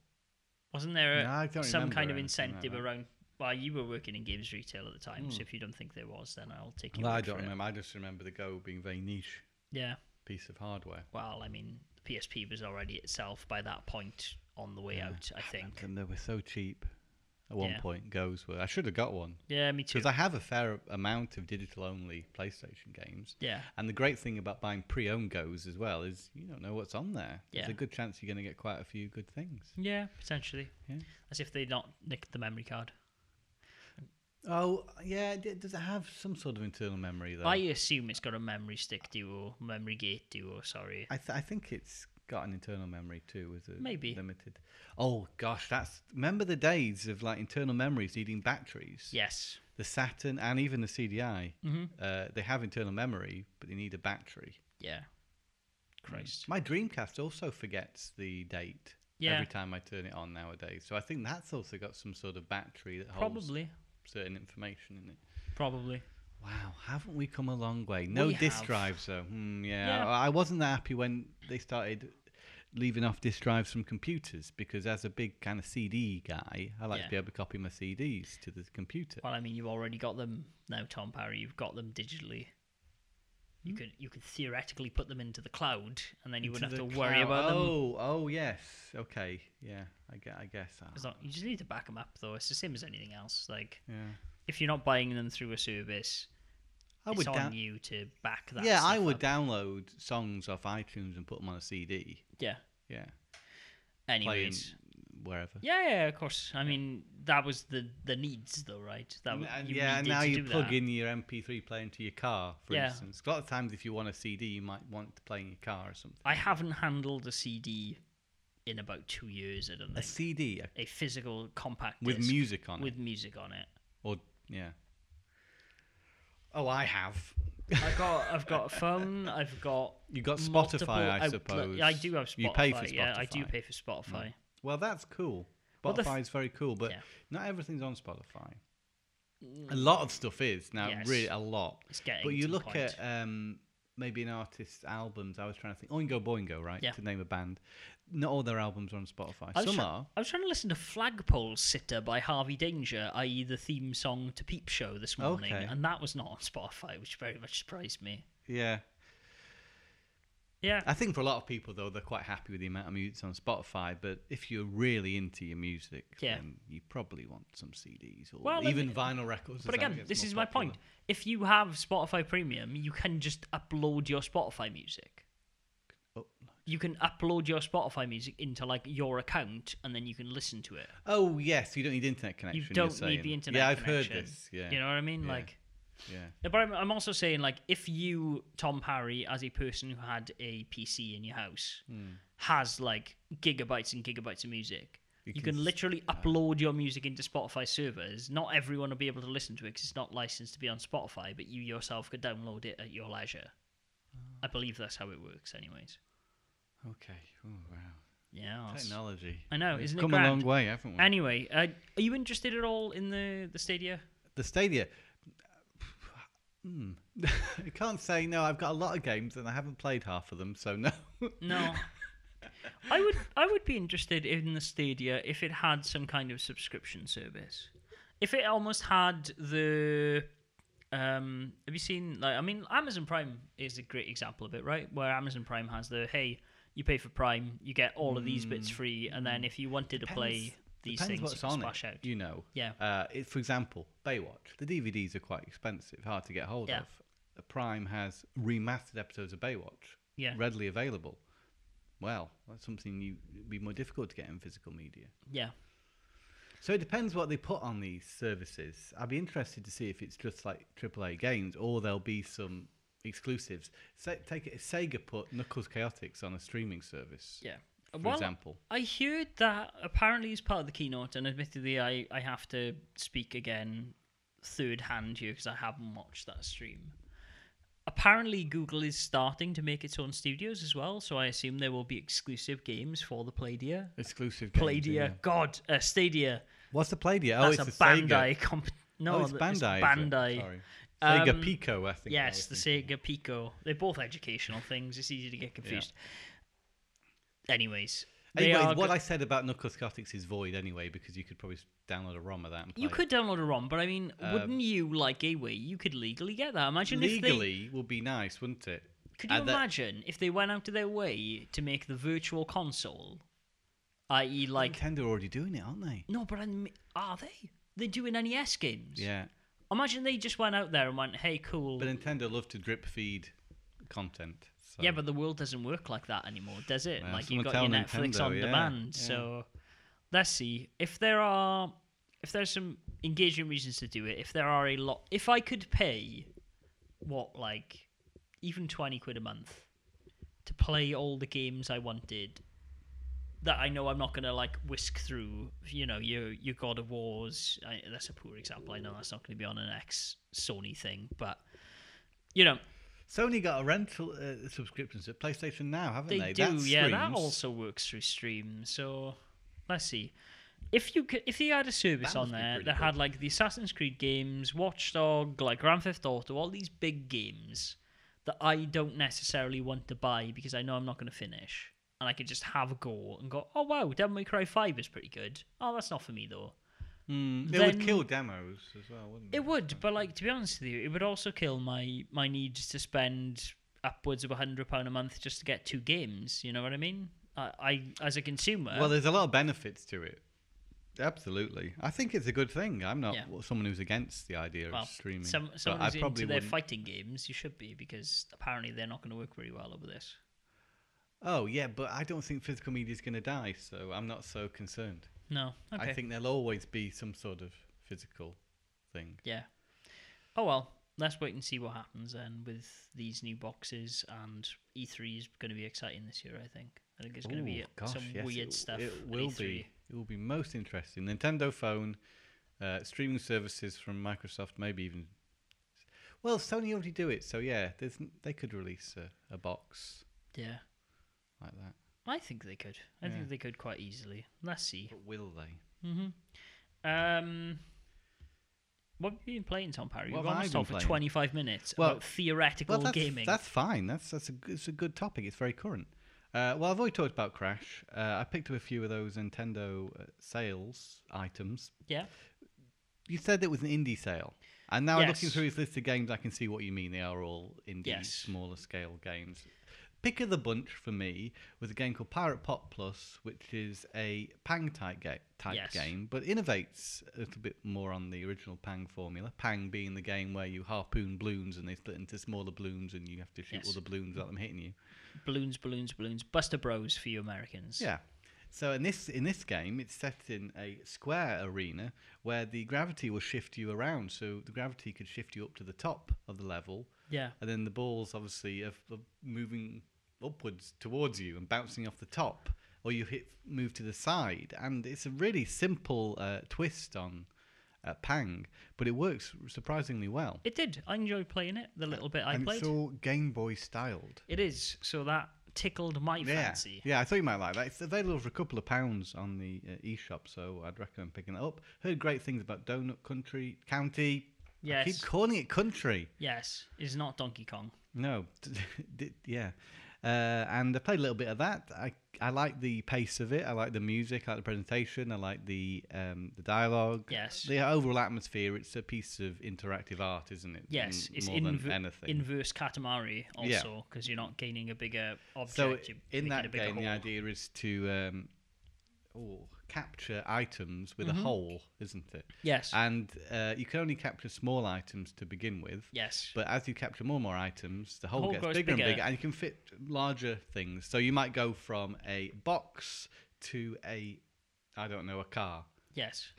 Speaker 1: Wasn't there a,
Speaker 2: No, I don't
Speaker 1: Uh, some
Speaker 2: remember
Speaker 1: kind of
Speaker 2: anything like
Speaker 1: incentive
Speaker 2: that.
Speaker 1: around? Well, you were working in games retail at the time, so if you don't think there was, then I'll take your
Speaker 2: Well, I
Speaker 1: word
Speaker 2: don't
Speaker 1: for it.
Speaker 2: remember. I just remember the Go being a very niche
Speaker 1: Yeah.
Speaker 2: piece of hardware.
Speaker 1: Well, I mean, the PSP was already itself by that point on the way out. I think.
Speaker 2: And they were so cheap at one
Speaker 1: Yeah.
Speaker 2: point. Goes were. I should have got one
Speaker 1: Yeah, me too.
Speaker 2: because I have a fair amount of digital-only PlayStation games.
Speaker 1: yeah.
Speaker 2: And the great thing about buying pre-owned goes as well is you don't know what's on there. There's
Speaker 1: Yeah.
Speaker 2: a good chance you're going to get quite a few good things.
Speaker 1: Yeah, potentially.
Speaker 2: Yeah.
Speaker 1: As if they'd not nicked the memory card.
Speaker 2: Oh yeah, d- does it have some sort of internal memory though?
Speaker 1: I
Speaker 2: I
Speaker 1: assume it's got a memory stick duo, memory gate duo. Sorry.
Speaker 2: th- I think it's got an internal memory too. Is it
Speaker 1: Maybe.
Speaker 2: limited? Oh gosh, that's remember the days of like internal memories needing batteries.
Speaker 1: Yes.
Speaker 2: the Saturn and even the CDI,
Speaker 1: Mhm.
Speaker 2: uh, they have internal memory, but they need a battery.
Speaker 1: Yeah. Christ.
Speaker 2: My Dreamcast also forgets the date
Speaker 1: Yeah.
Speaker 2: Mm. every time I turn it on nowadays. So I think that's also got some sort of battery that holds
Speaker 1: Probably.
Speaker 2: certain information in it.
Speaker 1: Probably.
Speaker 2: Wow, haven't we come a long way? No
Speaker 1: We
Speaker 2: disk
Speaker 1: have.
Speaker 2: drives, though. Hmm, yeah,
Speaker 1: Yeah.
Speaker 2: I I wasn't that happy when they started leaving off disk drives from computers because as a big kind of CD guy, I like
Speaker 1: Yeah.
Speaker 2: to be able to copy my CDs to the computer.
Speaker 1: Well, I mean, you've already got them now, Tom Parry. You've got them digitally. You could you could theoretically put them into the cloud, and then you wouldn't
Speaker 2: Hmm. Into
Speaker 1: have to
Speaker 2: the
Speaker 1: worry
Speaker 2: cloud.
Speaker 1: about them.
Speaker 2: Oh, oh yes. Okay. Yeah. I guess. I guess. I-
Speaker 1: It's not, you just need to back them up, though. It's the same as anything else. Like
Speaker 2: yeah.
Speaker 1: if you're not buying them through a service,
Speaker 2: I
Speaker 1: it's
Speaker 2: would.
Speaker 1: on
Speaker 2: down-
Speaker 1: you to back that.
Speaker 2: yeah, I
Speaker 1: stuff
Speaker 2: would
Speaker 1: up.
Speaker 2: download songs off iTunes and put them on a CD.
Speaker 1: yeah.
Speaker 2: Yeah. Play 'em
Speaker 1: Anyways,
Speaker 2: wherever.
Speaker 1: Yeah, yeah, of course. I mean, that was the the needs, though, right? That w-
Speaker 2: And
Speaker 1: you
Speaker 2: uh, yeah, and
Speaker 1: needed
Speaker 2: now
Speaker 1: to
Speaker 2: you
Speaker 1: do
Speaker 2: plug
Speaker 1: that.
Speaker 2: in your MP3 player into your car, for
Speaker 1: Yeah.
Speaker 2: instance. A lot of times, if you want a CD, you might want to play in your car or something.
Speaker 1: I haven't handled a CD in about two years. I don't
Speaker 2: A
Speaker 1: think
Speaker 2: CD uh,
Speaker 1: a physical compact
Speaker 2: with
Speaker 1: disc
Speaker 2: music on
Speaker 1: with
Speaker 2: it,
Speaker 1: music on it.
Speaker 2: or yeah. Oh, I have.
Speaker 1: I got, I've got a phone. I've got
Speaker 2: You got
Speaker 1: multiple
Speaker 2: Spotify, I
Speaker 1: outlet-
Speaker 2: suppose.
Speaker 1: I do have Spotify.
Speaker 2: You pay for
Speaker 1: Yeah, I do
Speaker 2: Spotify.
Speaker 1: pay for Spotify.
Speaker 2: Well, that's cool.
Speaker 1: Well, the
Speaker 2: Spotify
Speaker 1: th-
Speaker 2: is very cool, but
Speaker 1: Yeah.
Speaker 2: not everything's on Spotify. A lot of stuff is now,
Speaker 1: Yes.
Speaker 2: really a lot.
Speaker 1: Mm, It's getting.
Speaker 2: Mm. But you
Speaker 1: to the
Speaker 2: look
Speaker 1: point.
Speaker 2: at um, maybe an artist's albums. I was trying to think Oingo Boingo, right?
Speaker 1: Yeah.
Speaker 2: To name a band, not all their albums are on Spotify.
Speaker 1: I was
Speaker 2: Some
Speaker 1: try-
Speaker 2: are.
Speaker 1: I was trying to listen to Flagpole Sitter by Harvey Danger, i.e., the theme song to Peep Show this morning,
Speaker 2: Okay.
Speaker 1: and that was not on Spotify, which very much surprised me.
Speaker 2: Yeah.
Speaker 1: Yeah,
Speaker 2: I think for a lot of people though, they're quite happy with the amount of music on Spotify. But if you're really into your music,
Speaker 1: Yeah.
Speaker 2: then you probably want some CDs or
Speaker 1: Well, I mean-
Speaker 2: even vinyl records.
Speaker 1: but
Speaker 2: as that
Speaker 1: again,
Speaker 2: gets
Speaker 1: this
Speaker 2: more
Speaker 1: is my
Speaker 2: popular.
Speaker 1: point. If you have Spotify Premium, you can just upload your Spotify music.
Speaker 2: Oh.
Speaker 1: You can upload your Spotify music into like your account, and then you can listen to it.
Speaker 2: Oh yes, you don't need internet connection.
Speaker 1: You
Speaker 2: you're
Speaker 1: don't need the
Speaker 2: saying.
Speaker 1: internet.
Speaker 2: Yeah, I've
Speaker 1: connection.
Speaker 2: heard this. Yeah,
Speaker 1: you know what I mean.
Speaker 2: Yeah.
Speaker 1: Like,
Speaker 2: yeah.
Speaker 1: Yeah, But I'm, I'm also saying, like, if you, Tom Parry, as a person who had a PC in your house,
Speaker 2: Hmm.
Speaker 1: has like gigabytes and gigabytes of music, you,
Speaker 2: You
Speaker 1: can,
Speaker 2: can s-
Speaker 1: literally upload your music into Spotify servers. Not everyone will be able to listen to it because it's not licensed to be on Spotify, but you yourself could download it at your leisure.
Speaker 2: Ah.
Speaker 1: I believe that's how it works, anyways.
Speaker 2: Okay. Oh wow.
Speaker 1: Yeah.
Speaker 2: Technology.
Speaker 1: I know,
Speaker 2: We've
Speaker 1: isn't it
Speaker 2: come a
Speaker 1: grand?
Speaker 2: long way, haven't we?
Speaker 1: Anyway, uh, are you interested at all in the the Stadia?
Speaker 2: the Stadia. Hmm. I can't say no. I've got a lot of games and I haven't played half of them, so no.
Speaker 1: No. I would I would be interested in the Stadia if it had some kind of subscription service. If it almost had the um have you seen like I mean Amazon Prime is a great example of it, right? Where Amazon Prime has the hey, you pay for Prime, you get all of these bits free and then if you wanted to play these
Speaker 2: Mm. Depends
Speaker 1: things you
Speaker 2: what's
Speaker 1: can
Speaker 2: on
Speaker 1: splash
Speaker 2: it,
Speaker 1: out.
Speaker 2: You know.
Speaker 1: Yeah.
Speaker 2: Uh, it, for example, Baywatch. The DVDs are quite expensive, hard to get hold
Speaker 1: Yeah.
Speaker 2: of. Uh, Prime has remastered episodes of Baywatch
Speaker 1: Yeah.
Speaker 2: readily available. Well, that's something you it'd be more difficult to get in physical media.
Speaker 1: Yeah.
Speaker 2: So it depends what they put on these services. I'd be interested to see if it's just like AAA games or there'll be some exclusives. Say, take it, Sega put Knuckles Chaotix on a streaming service,
Speaker 1: Yeah.
Speaker 2: for
Speaker 1: Well,
Speaker 2: example.
Speaker 1: I heard that apparently as part of the keynote, and admittedly, I, I have to speak again third hand here because I haven't watched that stream. Apparently, Google is starting to make its own studios as well, so I assume there will be exclusive games for the Playdia.
Speaker 2: Exclusive games.
Speaker 1: Playdia,
Speaker 2: yeah.
Speaker 1: God, uh, Stadia.
Speaker 2: What's the Playdia? Oh,
Speaker 1: That's
Speaker 2: it's
Speaker 1: a
Speaker 2: the Sega.
Speaker 1: Bandai comp. No,
Speaker 2: oh, it's
Speaker 1: th-
Speaker 2: Bandai. is it?
Speaker 1: Bandai.
Speaker 2: Sorry. Sega
Speaker 1: Um,
Speaker 2: Pico, I think.
Speaker 1: Yes, the
Speaker 2: I was
Speaker 1: Sega Pico. They're both educational things. It's easy to get confused. Anyways, they
Speaker 2: thinking. Anyway,
Speaker 1: are
Speaker 2: what
Speaker 1: go-
Speaker 2: I said about Knuckles Chaotix is void anyway because you could probably s- download a ROM of that. And play
Speaker 1: You
Speaker 2: it.
Speaker 1: could download a ROM, but I mean,
Speaker 2: Um,
Speaker 1: wouldn't you like a Wii? You could legally get that. Imagine if
Speaker 2: legally would be nice, wouldn't it?
Speaker 1: they could you
Speaker 2: And that-
Speaker 1: imagine if they went out of their way to make the virtual console, i.e., like
Speaker 2: Nintendo are already doing it, aren't they?
Speaker 1: no, but I mean, are they? They're doing NES games.
Speaker 2: Yeah.
Speaker 1: Imagine they just went out there and went, "Hey, cool."
Speaker 2: But Nintendo love to drip feed content. So.
Speaker 1: yeah, but the world doesn't work like that anymore, does it?
Speaker 2: Well,
Speaker 1: like you've got your
Speaker 2: someone tell
Speaker 1: Netflix
Speaker 2: Nintendo,
Speaker 1: on
Speaker 2: yeah,
Speaker 1: demand.
Speaker 2: yeah.
Speaker 1: So let's see if there are if there's some engaging reasons to do it. If there are a lot, if I could pay what like even twenty quid a month to play all the games I wanted that I know I'm not gonna like whisk through. You know, your your God of Wars. I, that's a poor example. I know that's not gonna be on an ex Sony thing, but you know.
Speaker 2: Sony got a rental uh, subscriptions at PlayStation Now, haven't they?
Speaker 1: They do,
Speaker 2: That
Speaker 1: yeah. That
Speaker 2: screams-
Speaker 1: also works through Stream. So let's see. If you could, if you had a service
Speaker 2: That
Speaker 1: on
Speaker 2: must be
Speaker 1: there that
Speaker 2: pretty
Speaker 1: had
Speaker 2: good.
Speaker 1: like the Assassin's Creed games, Watchdog, like Grand Theft Auto, all these big games that I don't necessarily want to buy because I know I'm not going to finish, and I could just have a go and go, oh wow, Devil May Cry Five is pretty good. Oh, that's not for me though.
Speaker 2: Mm, it
Speaker 1: Then-
Speaker 2: would kill demos as well, wouldn't it?
Speaker 1: It would, but like to be honest with you, it would also kill my my need to spend upwards of a hundred pound a month just to get two games. You know what I mean? I, I as a consumer,
Speaker 2: Well, there's a lot of benefits to it. Absolutely, I think it's a good thing. I'm not
Speaker 1: Yeah.
Speaker 2: someone who's against the idea
Speaker 1: well,
Speaker 2: of streaming.
Speaker 1: some
Speaker 2: but
Speaker 1: someone
Speaker 2: I
Speaker 1: who's
Speaker 2: probably
Speaker 1: into their
Speaker 2: wouldn't-
Speaker 1: fighting games, you should be because apparently they're not going to work very well over this.
Speaker 2: Oh yeah, but I don't think physical media is going to die, so I'm not so concerned.
Speaker 1: No, okay,
Speaker 2: I think there'll always be some sort of physical thing.
Speaker 1: yeah. Oh well, let's wait and see what happens then with these new boxes and E3 is going to be exciting this year. I think. I think it's going to be
Speaker 2: Ooh, gosh,
Speaker 1: some
Speaker 2: yes,
Speaker 1: weird
Speaker 2: it-
Speaker 1: stuff. at
Speaker 2: It
Speaker 1: E
Speaker 2: will
Speaker 1: E3.
Speaker 2: be. It will be most interesting. Nintendo phone, uh, streaming services from Microsoft, maybe even. Well, Sony already do it, so yeah, there's, n- they could release a, a box
Speaker 1: Yeah.
Speaker 2: like that.
Speaker 1: I think they could. I
Speaker 2: Yeah.
Speaker 1: think they could quite easily. Let's see.
Speaker 2: But will they?
Speaker 1: Mm-hmm. Um, what have you been playing, Tom Parry?
Speaker 2: What
Speaker 1: We've
Speaker 2: have I
Speaker 1: almost
Speaker 2: been
Speaker 1: talked for
Speaker 2: playing?
Speaker 1: 25 minutes
Speaker 2: Well-
Speaker 1: about theoretical
Speaker 2: that's,
Speaker 1: gaming.
Speaker 2: That's fine. That's that's a g- it's a good topic. It's very current. Uh, well, I've already talked about Crash. Uh, I picked up a few of those Nintendo uh, sales items.
Speaker 1: Yeah.
Speaker 2: You said it was an indie sale, and now looking
Speaker 1: Yes.
Speaker 2: through his list of games, I can see what you mean. They are all indie,
Speaker 1: Yes.
Speaker 2: smaller scale games. Pick of the bunch for me was a game called Pirate Pop Plus, which is a Pang type, ga- type
Speaker 1: Yes.
Speaker 2: game, but innovates a little bit more on the original Pang formula. Pang being the game where you harpoon balloons and they split into smaller balloons and you have to shoot
Speaker 1: Yes.
Speaker 2: all the balloons without them hitting you.
Speaker 1: Balloons, balloons, balloons. Buster Bros for you Americans.
Speaker 2: Yeah. So in this in this game, it's set in a square arena where the gravity will shift you around. So the gravity could shift you up to the top of the level,
Speaker 1: Yeah.
Speaker 2: and then the balls obviously are, are moving upwards towards you and bouncing off the top, or you hit move to the side. And it's a really simple uh, twist on uh, Pang, but it works surprisingly well.
Speaker 1: It did. I enjoyed playing it, the little bit I
Speaker 2: and
Speaker 1: played.
Speaker 2: it's all Game Boy styled.
Speaker 1: It is. So that tickled my fancy.
Speaker 2: Yeah, I thought you might like that. It's available for a couple of pounds on the uh, eShop, so I'd recommend picking it up. Heard great things about Donut Country County. I
Speaker 1: Yes.
Speaker 2: keep calling it country.
Speaker 1: Yes. It's not Donkey Kong.
Speaker 2: No, D- yeah. Uh, and I played a little bit of that. I I like the pace of it. I like the music. I like the presentation. I like the um, the dialogue.
Speaker 1: Yes.
Speaker 2: The overall atmosphere. It's a piece of interactive art, isn't it?
Speaker 1: Yes.
Speaker 2: M-
Speaker 1: it's
Speaker 2: more
Speaker 1: inver-
Speaker 2: than anything.
Speaker 1: inverse Katamari
Speaker 2: Yeah.
Speaker 1: also because you're not gaining a bigger object.
Speaker 2: So
Speaker 1: you're
Speaker 2: in
Speaker 1: making a
Speaker 2: that
Speaker 1: bigger
Speaker 2: game, the
Speaker 1: hole.
Speaker 2: idea is to um, oh, capture items with
Speaker 1: Mm-hmm.
Speaker 2: a hole, isn't it?
Speaker 1: Yes.
Speaker 2: And uh, you can only capture small items to begin with.
Speaker 1: yes.
Speaker 2: But as you capture more and more items, the hole,
Speaker 1: hole
Speaker 2: gets
Speaker 1: grows
Speaker 2: bigger,
Speaker 1: bigger.
Speaker 2: and bigger, and you can fit larger things. So you might go from a box to a, I don't know, a car.
Speaker 1: Yes,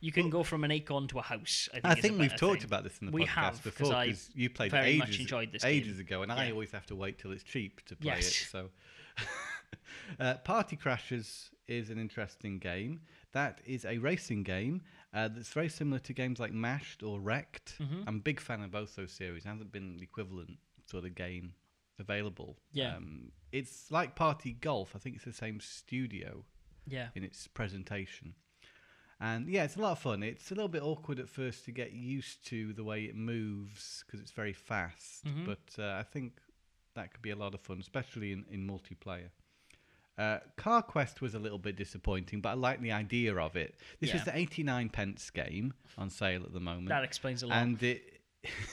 Speaker 1: you can go from an acorn to a house. I think,
Speaker 2: I
Speaker 1: is a
Speaker 2: think we've
Speaker 1: better
Speaker 2: talked
Speaker 1: thing.
Speaker 2: about this in the
Speaker 1: We
Speaker 2: podcast
Speaker 1: have, 'cause
Speaker 2: before
Speaker 1: I
Speaker 2: because you played
Speaker 1: very
Speaker 2: ages,
Speaker 1: much enjoyed this
Speaker 2: ages
Speaker 1: game.
Speaker 2: ago, and I
Speaker 1: Yeah.
Speaker 2: always have to wait till it's cheap to play
Speaker 1: Yes.
Speaker 2: it. So, uh, Party Crashers is an interesting game. That is a racing game uh, that's very similar to games like Mashed or Wrecked.
Speaker 1: Mm-hmm.
Speaker 2: I'm a big fan of both those series. There hasn't been the equivalent sort of game available.
Speaker 1: Yeah.
Speaker 2: Um, it's like Party Golf. I think it's the same studio
Speaker 1: Yeah,
Speaker 2: in its presentation. And yeah, it's a lot of fun. It's a little bit awkward at first to get used to the way it moves because it's very fast,
Speaker 1: Mm-hmm.
Speaker 2: but uh, I think that could be a lot of fun, especially in, in multiplayer. Uh, Car Quest was a little bit disappointing, but I like the idea of it. This
Speaker 1: Yeah.
Speaker 2: is the 89 pence game on sale at the moment.
Speaker 1: that explains a lot.
Speaker 2: and it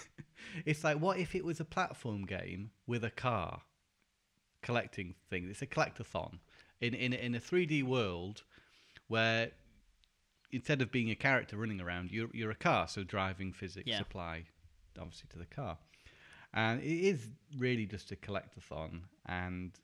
Speaker 2: it's like, what if it was a platform game with a car? collecting things. It's a collectathon in in in a three D world where instead of being a character running around, you're you're a car, so driving physics
Speaker 1: Yeah.
Speaker 2: apply obviously to the car, and it is really just a collectathon. And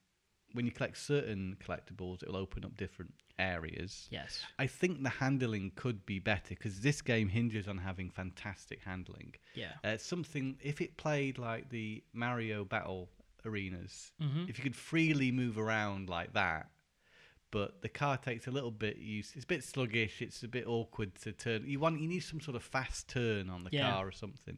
Speaker 2: when you collect certain collectibles, it will open up different areas.
Speaker 1: yes,
Speaker 2: I think the handling could be better because this game hinges on having fantastic handling.
Speaker 1: yeah,
Speaker 2: Uh, something if it played like the Mario Battle arenas,
Speaker 1: Mm-hmm.
Speaker 2: if you could freely move around like that, but the car takes a little bit use. It's a bit sluggish. It's a bit awkward to turn. You want you need some sort of fast turn on the
Speaker 1: Yeah.
Speaker 2: car or something.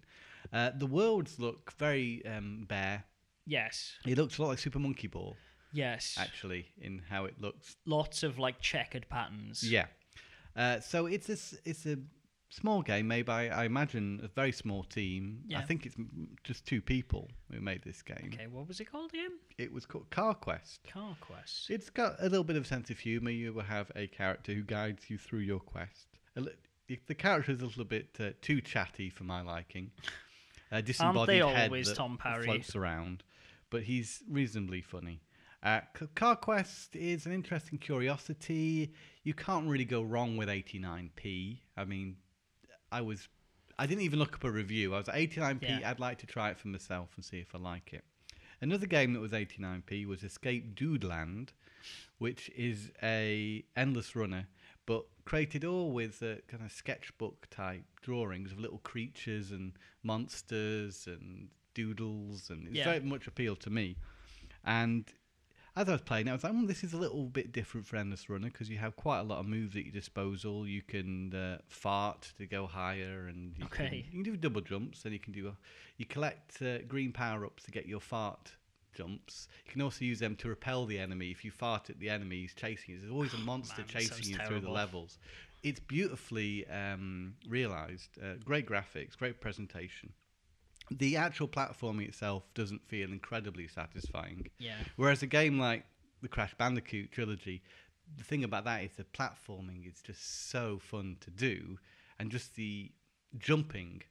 Speaker 2: Uh, the worlds look very um, bare.
Speaker 1: yes,
Speaker 2: It looks a lot like Super Monkey Ball
Speaker 1: yes.
Speaker 2: actually in how it looks
Speaker 1: Lots of like checkered patterns.
Speaker 2: yeah. Uh, so it's a, s- it's a small game made by, I imagine, a very small team. I
Speaker 1: Yeah.
Speaker 2: think it's m- just two people who made this game.
Speaker 1: Okay, what was it called again?
Speaker 2: It was called Car Quest.
Speaker 1: Car Quest.
Speaker 2: It's got a little bit of sense of humour. You will have a character who guides you through your quest. A li- if the character is a little bit uh, too chatty for my liking. A disembodied head
Speaker 1: always
Speaker 2: that
Speaker 1: Tom Parry?
Speaker 2: floats around, but he's reasonably funny. Uh, C- Car Quest is an interesting curiosity. You can't really go wrong with 89p. I mean, I was, I didn't even look up a review. I was 89p.
Speaker 1: Yeah.
Speaker 2: I'd like to try it for myself and see if I like it. Another game that was 89p was Escape Dudeland, which is a endless runner, but created all with uh, kind of sketchbook type drawings of little creatures and monsters and doodles, and it's
Speaker 1: Yeah.
Speaker 2: very much appealed to me. And as I was playing, I was like, "Hmm, this is a little bit different for Endless Runner because you have quite a lot of moves at your disposal. You can uh, fart to go higher, and you, can,
Speaker 1: Okay.
Speaker 2: you can do double jumps, and you can do a, you collect uh, green power ups to get your fart jumps. You can also use them to repel the enemy. If you fart at the enemy, he's chasing you. There's always a monster
Speaker 1: Oh, man, that
Speaker 2: chasing
Speaker 1: sounds
Speaker 2: you through the
Speaker 1: terrible.
Speaker 2: levels. It's beautifully um, realized. Uh, great graphics, great presentation. The actual platforming itself doesn't feel incredibly satisfying.
Speaker 1: yeah.
Speaker 2: Whereas a game like the Crash Bandicoot trilogy, the thing about that is the platforming is just so fun to do, and just the jumping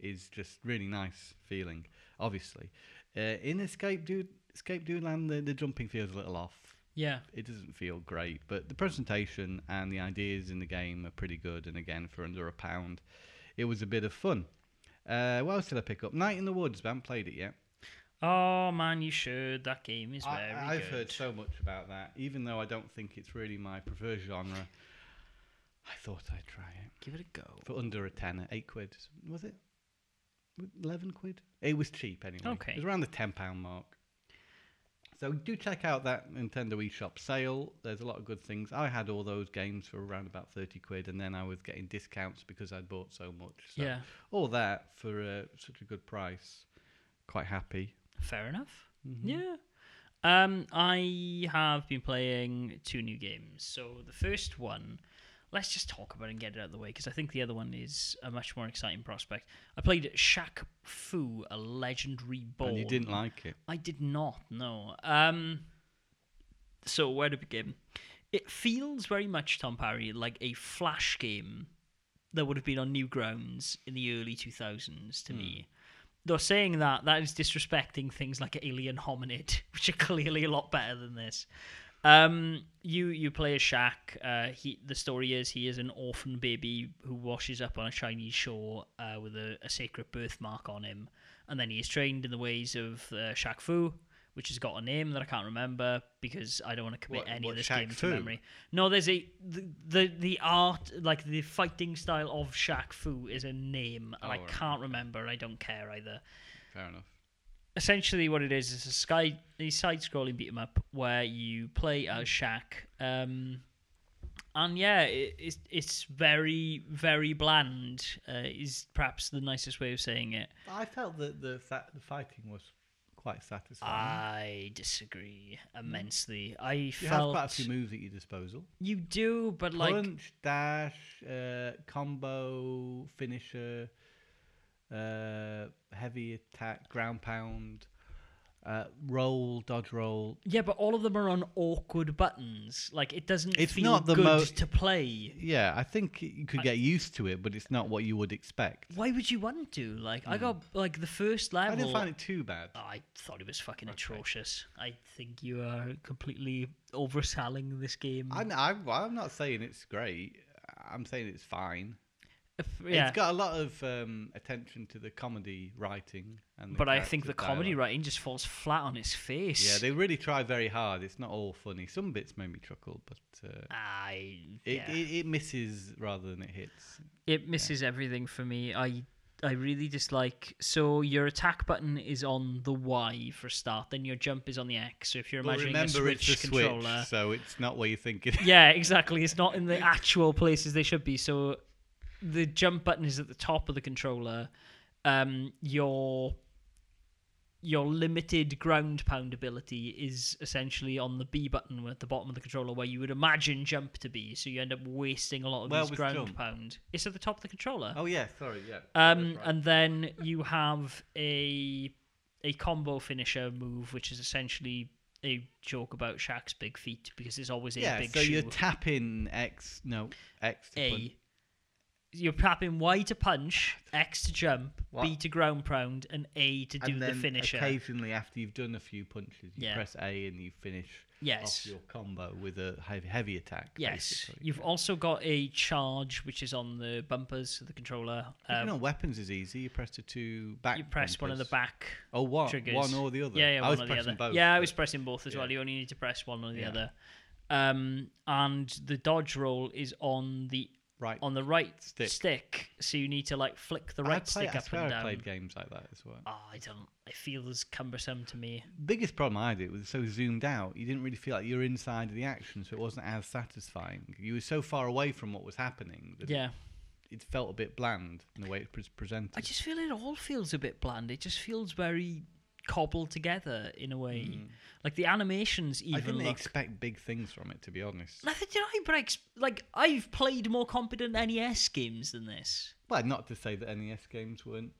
Speaker 2: is just really nice feeling. Obviously, uh, in Escape Dude Escape Dude Land, the, the jumping feels a little off.
Speaker 1: Yeah.
Speaker 2: It doesn't feel great, but the presentation and the ideas in the game are pretty good. And again, for under a pound, it was a bit of fun. Uh, what else did I pick up? Night in the Woods. but I haven't played it yet.
Speaker 1: Oh man, you should. That game is very
Speaker 2: I, I've
Speaker 1: good.
Speaker 2: heard so much about that, even though I don't think it's really my preferred genre. I thought I'd try it
Speaker 1: Give it a go.
Speaker 2: for under a tenner, eight quid was it? Eleven quid? It was cheap anyway.
Speaker 1: Okay.
Speaker 2: it was around the ten pound mark. So do check out that Nintendo eShop sale. There's a lot of good things. I had all those games for around about thirty quid, and then I was getting discounts because I'd bought so much. So
Speaker 1: Yeah.
Speaker 2: all that for uh, such a good price. Quite happy.
Speaker 1: Fair enough.
Speaker 2: Mm-hmm.
Speaker 1: Yeah. Um, I have been playing two new games. So the first one, let's just talk about it and get it out of the way because I think the other one is a much more exciting prospect. I played Shaq Fu, a legendary ball.
Speaker 2: And you didn't like it.
Speaker 1: I did not. No. Um. So where to begin? It feels very much Tom Parry like a flash game that would have been on Newgrounds in the early two thousands to me.
Speaker 2: Hmm.
Speaker 1: Though saying that, that is disrespecting things like Alien Hominid, which are clearly a lot better than this. Um, you you play a Shaq. Uh, he the story is he is an orphan baby who washes up on a Chinese shore uh, with a, a sacred birthmark on him, and then he is trained in the ways of uh, Shaq Fu, which has got a name that I can't remember because I don't want to commit
Speaker 2: What-
Speaker 1: any
Speaker 2: what
Speaker 1: of this
Speaker 2: Shaq
Speaker 1: game
Speaker 2: Fu?
Speaker 1: to memory. No, there's a the, the the art like the fighting style of Shaq Fu is a name, and I
Speaker 2: Oh, right.
Speaker 1: can't remember, and I don't care either
Speaker 2: Fair enough.
Speaker 1: essentially what it is is a sky a side scrolling beat 'em up where you play as
Speaker 2: Hmm.
Speaker 1: Shaq. Um, and yeah, it, it's it's very very bland. Uh, is perhaps the nicest way of saying it.
Speaker 2: I felt that the fa- the fighting was quite satisfying.
Speaker 1: I disagree immensely. I
Speaker 2: Hmm. you have
Speaker 1: felt
Speaker 2: quite a few moves at your disposal:
Speaker 1: you do, but like
Speaker 2: punch, dash, uh, combo, finisher, uh, heavy attack, ground pound, uh, roll, dodge roll.
Speaker 1: yeah, but all of them are on awkward buttons. Like it doesn't
Speaker 2: It's
Speaker 1: feel
Speaker 2: not the
Speaker 1: good
Speaker 2: mo-
Speaker 1: to play.
Speaker 2: Yeah, I think you could get used to it, but it's not what you would expect.
Speaker 1: Why would you want to? Like I got like the first level.
Speaker 2: Hmm. I didn't find it too bad.
Speaker 1: Oh, I thought it was fucking atrocious. I think you are completely overselling this game.
Speaker 2: I, I'm, I'm not saying it's great. I'm saying it's fine.
Speaker 1: If- yeah,
Speaker 2: It's got a lot of um, attention to the comedy writing, and the
Speaker 1: but I think
Speaker 2: character
Speaker 1: the comedy
Speaker 2: dialogue.
Speaker 1: writing just falls flat on its face.
Speaker 2: Yeah, they really try very hard. It's not all funny. Some bits made me chuckle, but uh,
Speaker 1: I
Speaker 2: it,
Speaker 1: yeah.
Speaker 2: it, it misses rather than it hits.
Speaker 1: It misses everything for me. I I really dislike. So your attack button is on the Y for a start. Then your jump is on the X. So if you're
Speaker 2: But
Speaker 1: imagining
Speaker 2: remember,
Speaker 1: a Switch
Speaker 2: it's a
Speaker 1: controller,
Speaker 2: switch, so it's not what you think it is.
Speaker 1: yeah, exactly. It's not in the actual places they should be. So the jump button is at the top of the controller. Um, your your limited ground pound ability is essentially on the B button at the bottom of the controller where you would imagine jump to be, so you end up wasting a lot of
Speaker 2: Where
Speaker 1: these
Speaker 2: was
Speaker 1: ground
Speaker 2: jump?
Speaker 1: pound. It's at the top of the controller.
Speaker 2: Oh yeah, sorry, yeah.
Speaker 1: Um,
Speaker 2: That's right.
Speaker 1: and then you have a a combo finisher move, which is essentially a joke about Shaq's big feet because it's always a
Speaker 2: yeah,
Speaker 1: big
Speaker 2: so
Speaker 1: shoe.
Speaker 2: you're tapping X, no X to punch.
Speaker 1: a. You're tapping Y to punch, X to jump, B
Speaker 2: What?
Speaker 1: to ground pound, and A to do
Speaker 2: and
Speaker 1: the
Speaker 2: then
Speaker 1: finisher.
Speaker 2: occasionally after you've done a few punches, you
Speaker 1: Yeah.
Speaker 2: press A and you finish
Speaker 1: Yes.
Speaker 2: off your combo with a heavy, heavy attack.
Speaker 1: Yes.
Speaker 2: basically.
Speaker 1: You've also got a charge, which is on the bumpers of the controller.
Speaker 2: Picking
Speaker 1: Um,
Speaker 2: on weapons is easy. You press the two back.
Speaker 1: you press one of the
Speaker 2: bumpers.
Speaker 1: back
Speaker 2: Oh, what?
Speaker 1: triggers.
Speaker 2: One or the other.
Speaker 1: Yeah, yeah,
Speaker 2: I
Speaker 1: one
Speaker 2: was
Speaker 1: or the
Speaker 2: pressing
Speaker 1: other.
Speaker 2: both.
Speaker 1: yeah, I
Speaker 2: but-
Speaker 1: was pressing both as well.
Speaker 2: yeah.
Speaker 1: You only need to press one or the
Speaker 2: Yeah.
Speaker 1: other. Um, and the dodge roll is on the
Speaker 2: right.
Speaker 1: on the right stick.
Speaker 2: Stick.
Speaker 1: so you need to like flick the
Speaker 2: I
Speaker 1: right
Speaker 2: play-
Speaker 1: stick
Speaker 2: I
Speaker 1: up
Speaker 2: swear
Speaker 1: and
Speaker 2: I
Speaker 1: down.
Speaker 2: played games like that as well.
Speaker 1: Oh, I don't. It feels cumbersome to me.
Speaker 2: Biggest problem I had it was so zoomed out. You didn't really feel like you were inside of the action, so it wasn't as satisfying. You were so far away from what was happening that
Speaker 1: Yeah,
Speaker 2: it felt a bit bland in the way it was presented.
Speaker 1: I just feel it all feels a bit bland. It just feels very cobbled together in a way. Like the animations
Speaker 2: Hmm. I
Speaker 1: even
Speaker 2: didn't
Speaker 1: look
Speaker 2: expect big things from it, to be honest.
Speaker 1: Neither did I, but I ex- like I've played more competent NES games than this.
Speaker 2: Well, not to say that NES games weren't.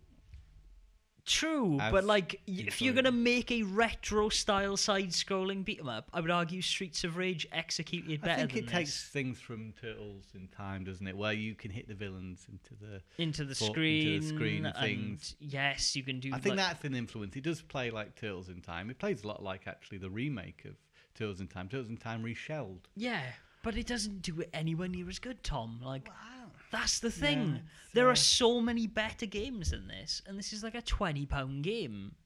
Speaker 1: True,
Speaker 2: As
Speaker 1: but like y- if you're
Speaker 2: enjoyable.
Speaker 1: gonna make a retro style side scrolling beat 'em up, I would argue Streets of Rage executed better
Speaker 2: I think
Speaker 1: than
Speaker 2: it takes
Speaker 1: this.
Speaker 2: things from Turtles in time, doesn't it? Where you can hit the villains into the.
Speaker 1: into the
Speaker 2: for- into
Speaker 1: screen,
Speaker 2: the screen
Speaker 1: and
Speaker 2: things.
Speaker 1: Yes, you can do.
Speaker 2: I think
Speaker 1: like-
Speaker 2: that's an influence. It does play like Turtles in Time. It plays a lot like actually the remake of Turtles in Time. Turtles in Time reshelled.
Speaker 1: yeah, but it doesn't do it anywhere near as good, Tom. Like
Speaker 2: Wow.
Speaker 1: that's the thing.
Speaker 2: it's,
Speaker 1: there
Speaker 2: uh,
Speaker 1: are so many better games than this, and this is like a twenty pound game.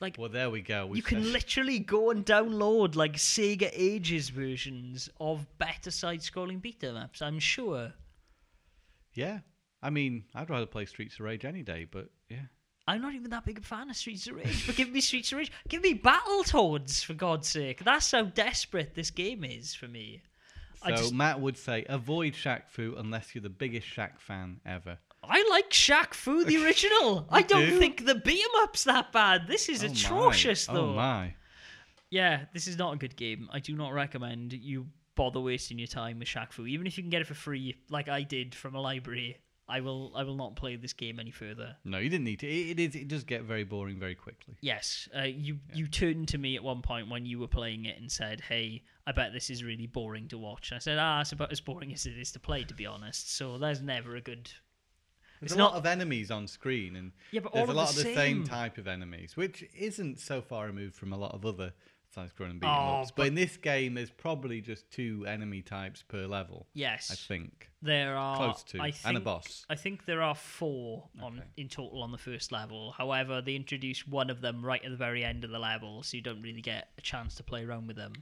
Speaker 1: Like
Speaker 2: Well, there we go. We
Speaker 1: you can
Speaker 2: said-
Speaker 1: literally go and download like Sega Ages versions of better side-scrolling beat 'em ups. I'm sure.
Speaker 2: Yeah. I mean, I'd rather play Streets of Rage any day, but yeah.
Speaker 1: I'm not even that big a fan of Streets of Rage, but give me Streets of Rage. Give me Battletoads for God's sake. That's how desperate this game is for me.
Speaker 2: So
Speaker 1: I just-
Speaker 2: Matt would say avoid Shaq Fu unless you're the biggest Shaq fan ever.
Speaker 1: I like Shaq Fu the original. I don't
Speaker 2: do?
Speaker 1: think the beat 'em up's that bad. This is
Speaker 2: Oh my.
Speaker 1: atrocious though.
Speaker 2: Oh my.
Speaker 1: Yeah, this is not a good game. I do not recommend you bother wasting your time with Shaq Fu. Even if you can get it for free, like I did from a library, I will I will not play this game any further.
Speaker 2: No, you didn't need to. It, it is. It does get very boring very quickly.
Speaker 1: Yes, uh, you you turned to me at one point when you were playing it and said, "Hey, I bet this is really boring to watch." And I said, "Ah, it's about as boring as it is to play, to be honest." So there's never a good. It's
Speaker 2: There's a
Speaker 1: not-
Speaker 2: lot of enemies on screen, and
Speaker 1: Yeah, but
Speaker 2: there's
Speaker 1: all
Speaker 2: a
Speaker 1: of
Speaker 2: lot
Speaker 1: the
Speaker 2: of the
Speaker 1: same.
Speaker 2: same type of enemies, which isn't so far removed from a lot of other side-scrolling beat 'em
Speaker 1: Oh,
Speaker 2: ups.
Speaker 1: but-
Speaker 2: But in this game, there's probably just two enemy types per level.
Speaker 1: Yes,
Speaker 2: I think
Speaker 1: there are
Speaker 2: close to
Speaker 1: I
Speaker 2: and a
Speaker 1: think-
Speaker 2: boss.
Speaker 1: I think there are four on
Speaker 2: Okay.
Speaker 1: in total on the first level. However, they introduce one of them right at the very end of the level, so you don't really get a chance to play around with them.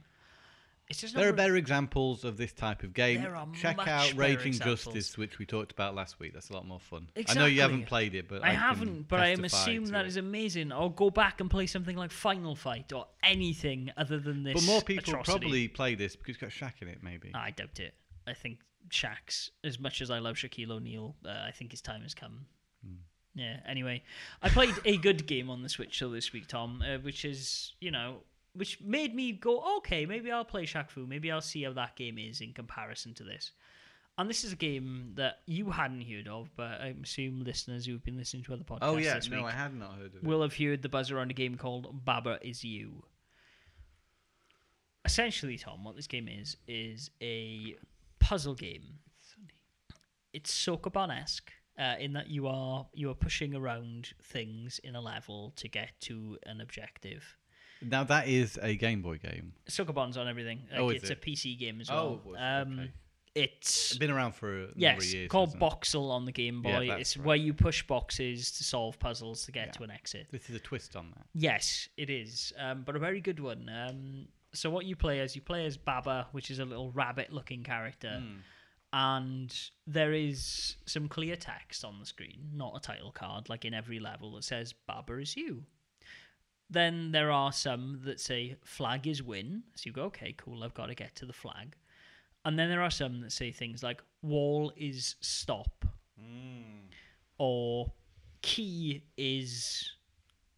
Speaker 1: It's just not
Speaker 2: There are
Speaker 1: re-
Speaker 2: better examples of this type of game.
Speaker 1: There are
Speaker 2: Check
Speaker 1: much
Speaker 2: out
Speaker 1: better
Speaker 2: Raging
Speaker 1: examples.
Speaker 2: Justice, which we talked about last week. That's a lot more fun. I know you
Speaker 1: Exactly.
Speaker 2: haven't played it, but I,
Speaker 1: I
Speaker 2: can
Speaker 1: haven't, but I am
Speaker 2: testify
Speaker 1: assuming
Speaker 2: to
Speaker 1: that
Speaker 2: it.
Speaker 1: is amazing. I'll go back and play something like Final Fight or anything other than this.
Speaker 2: But more people
Speaker 1: atrocity. Ah,
Speaker 2: probably play this because it's got Shaq in it, maybe.
Speaker 1: I doubt it. I think Shaq's, as much as I love Shaquille O'Neal, uh, I think his time has come.
Speaker 2: Hmm.
Speaker 1: Yeah. Anyway, I played a good game on the Switch though this week, Tom, uh, which is you know, which made me go, okay, maybe I'll play Shaq Fu. Maybe I'll see how that game is in comparison to this. And this is a game that you hadn't heard of, but I assume listeners who've been listening to other podcasts
Speaker 2: oh yeah,
Speaker 1: this
Speaker 2: no,
Speaker 1: week
Speaker 2: I had not heard of it.
Speaker 1: will have heard the buzz around a game called Baba Is You. Essentially, Tom, what this game is is a puzzle game. It's Sokoban-esque uh, in that you are you are pushing around things in a level to get to an objective.
Speaker 2: Now that is a Game Boy game.
Speaker 1: Sokoban's on everything. Like,
Speaker 2: Oh, is
Speaker 1: it's
Speaker 2: it?
Speaker 1: a PC game as
Speaker 2: Oh,
Speaker 1: well.
Speaker 2: was it?
Speaker 1: um,
Speaker 2: Okay.
Speaker 1: It's
Speaker 2: It's been around for a number
Speaker 1: Yes,
Speaker 2: of years.
Speaker 1: called
Speaker 2: hasn't it?
Speaker 1: Boxel on the Game
Speaker 2: Yeah,
Speaker 1: Boy.
Speaker 2: that's
Speaker 1: it's
Speaker 2: right.
Speaker 1: where you push boxes to solve puzzles to get
Speaker 2: Yeah.
Speaker 1: to an exit.
Speaker 2: This is a twist on that.
Speaker 1: Yes, it is, um, but a very good one. Um, so what you play as you play as Baba, which is a little rabbit-looking character, and there is some clear text on the screen, not a title card like in every level that says Baba is you. Then there are some that say flag is win, so you go okay, cool, I've got to get to the flag, and then there are some that say things like wall is
Speaker 2: Mm.
Speaker 1: stop, or key is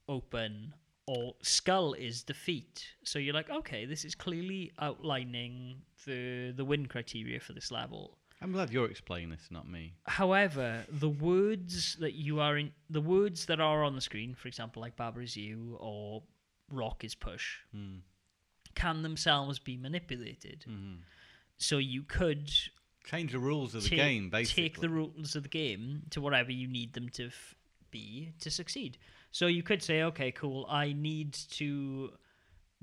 Speaker 1: open or skull is the feet. So you're like, okay, this is clearly outlining the the win criteria for this level.
Speaker 2: I'm glad you're explaining this, not me.
Speaker 1: However, the words that you are in, the words that are on the screen, for example, like Barbara's you or rock is push,
Speaker 2: Mm.
Speaker 1: can themselves be manipulated.
Speaker 2: Mhm.
Speaker 1: So you could
Speaker 2: Change the rules of the
Speaker 1: take,
Speaker 2: game, basically.
Speaker 1: take the rules of the game to whatever you need them to f- be to succeed. So you could say, okay, cool, I need to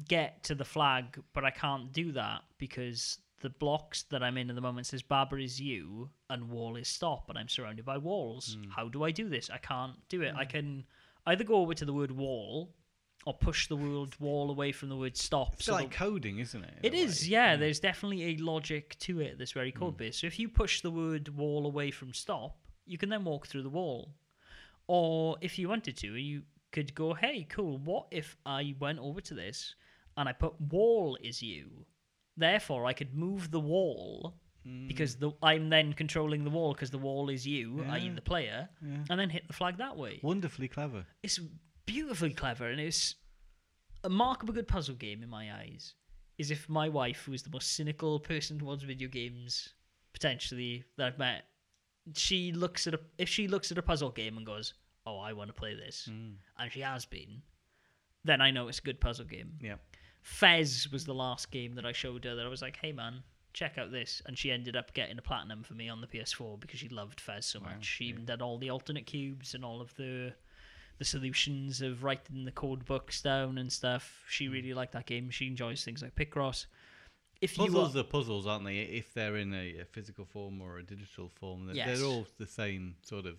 Speaker 1: get to the flag, but I can't do that because the blocks that I'm in at the moment says Barbara is you and wall is stop, and I'm surrounded by walls.
Speaker 2: Hmm.
Speaker 1: How do I do this? I can't do it. I can either go over to the word wall or push the word wall away from the word stop.
Speaker 2: It's
Speaker 1: so the-
Speaker 2: like coding, isn't it? in
Speaker 1: it
Speaker 2: a
Speaker 1: is,
Speaker 2: way? Hmm.
Speaker 1: yeah. There's definitely a logic to it that's very code based. So if you push the word wall away from stop, you can then walk through the wall. Or if you wanted to, you could go, hey, cool, what if I went over to this and I put wall is you? Therefore, I could move the wall
Speaker 2: Hmm.
Speaker 1: because the, I'm then controlling the wall because the wall is you, i.e.,
Speaker 2: Yeah.
Speaker 1: the player,
Speaker 2: Yeah.
Speaker 1: and then hit the flag that way.
Speaker 2: Wonderfully clever.
Speaker 1: It's beautifully clever, and it's a mark of a good puzzle game in my eyes. Is if my wife, who is the most cynical person towards video games potentially that I've met, she looks at a if she looks at a puzzle game and goes, "Oh, I want to play this," and she has been, then I know it's a good puzzle game.
Speaker 2: Yeah.
Speaker 1: Fez was the last game that I showed her that I was like, "Hey, man." Check out this, and she ended up getting a platinum for me on the PS4 because she loved Fez so much. She even did all the alternate cubes and all of the the solutions of writing the code books down and stuff. She really liked that game. She enjoys things like Picross. If
Speaker 2: Puzzles
Speaker 1: you
Speaker 2: are puzzles, aren't they? If they're in a, a physical form or a digital form, they're,
Speaker 1: Yes.
Speaker 2: they're all the same sort of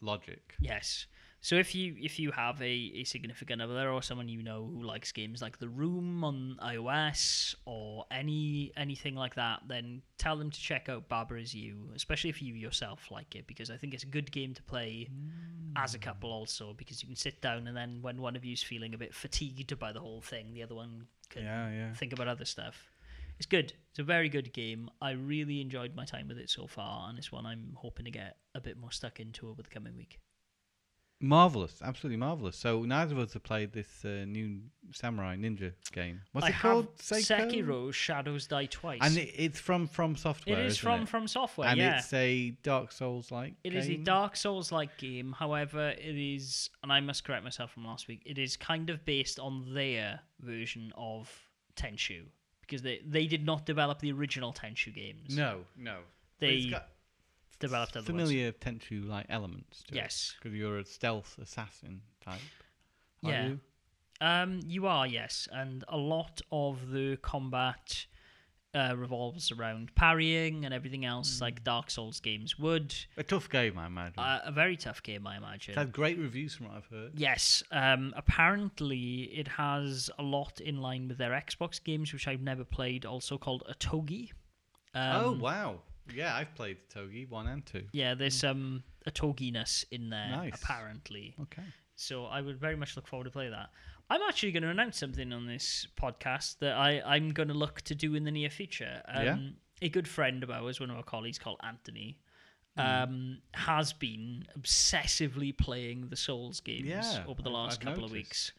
Speaker 2: logic.
Speaker 1: yes, so if you if you have a, a significant other or someone you know who likes games like The Room on iOS or any anything like that, then tell them to check out Barbara's You, especially if you yourself like it, because I think it's a good game to play as a couple also, because you can sit down and then when one of you's feeling a bit fatigued by the whole thing, the other one can
Speaker 2: yeah.
Speaker 1: think about other stuff. It's good. It's a very good game. I really enjoyed my time with it so far, and it's one I'm hoping to get a bit more stuck into over the coming week.
Speaker 2: Marvelous, absolutely marvelous. So neither of us have played this uh, new samurai ninja game. What's
Speaker 1: I
Speaker 2: it called?
Speaker 1: have Sekiro Shadows Die Twice.
Speaker 2: And it, it's from From Software.
Speaker 1: it is
Speaker 2: isn't
Speaker 1: from
Speaker 2: it?
Speaker 1: From Software,
Speaker 2: and
Speaker 1: yeah.
Speaker 2: it's a Dark Souls like.
Speaker 1: It is a Dark Souls like game. However, it is, and I must correct myself from last week, it is kind of based on their version of Tenshu. Because they, they did not develop the original Tenshu games.
Speaker 2: No, no. But
Speaker 1: They
Speaker 2: it's got
Speaker 1: developed other ones.
Speaker 2: familiar Tenchu like elements. To
Speaker 1: Yes.
Speaker 2: because you're a stealth assassin type. are
Speaker 1: Yeah.
Speaker 2: you?
Speaker 1: Um, you are, yes. And a lot of the combat uh, revolves around parrying and everything else,
Speaker 2: Hmm.
Speaker 1: like Dark Souls games would.
Speaker 2: A tough game, I imagine.
Speaker 1: Uh, a very tough game, I imagine.
Speaker 2: Hmm. it's had great reviews from what I've heard.
Speaker 1: Yes, um, apparently it has a lot in line with their Xbox games, which I've never played, also called a Togi. Um,
Speaker 2: oh wow! Yeah, I've played Togi one and two.
Speaker 1: Yeah, there's some a Toginess in there,
Speaker 2: Hmm. Nice.
Speaker 1: apparently.
Speaker 2: Okay.
Speaker 1: So I would very much look forward to play that. I'm actually going to announce something on this podcast that I, I'm going to look to do in the near future. Um,
Speaker 2: Yeah.
Speaker 1: A good friend of ours, one of our colleagues called Anthony,
Speaker 2: Hmm.
Speaker 1: um, has been obsessively playing the Souls games
Speaker 2: Yeah,
Speaker 1: over the
Speaker 2: I-
Speaker 1: last
Speaker 2: I've
Speaker 1: couple of
Speaker 2: noticed.
Speaker 1: weeks.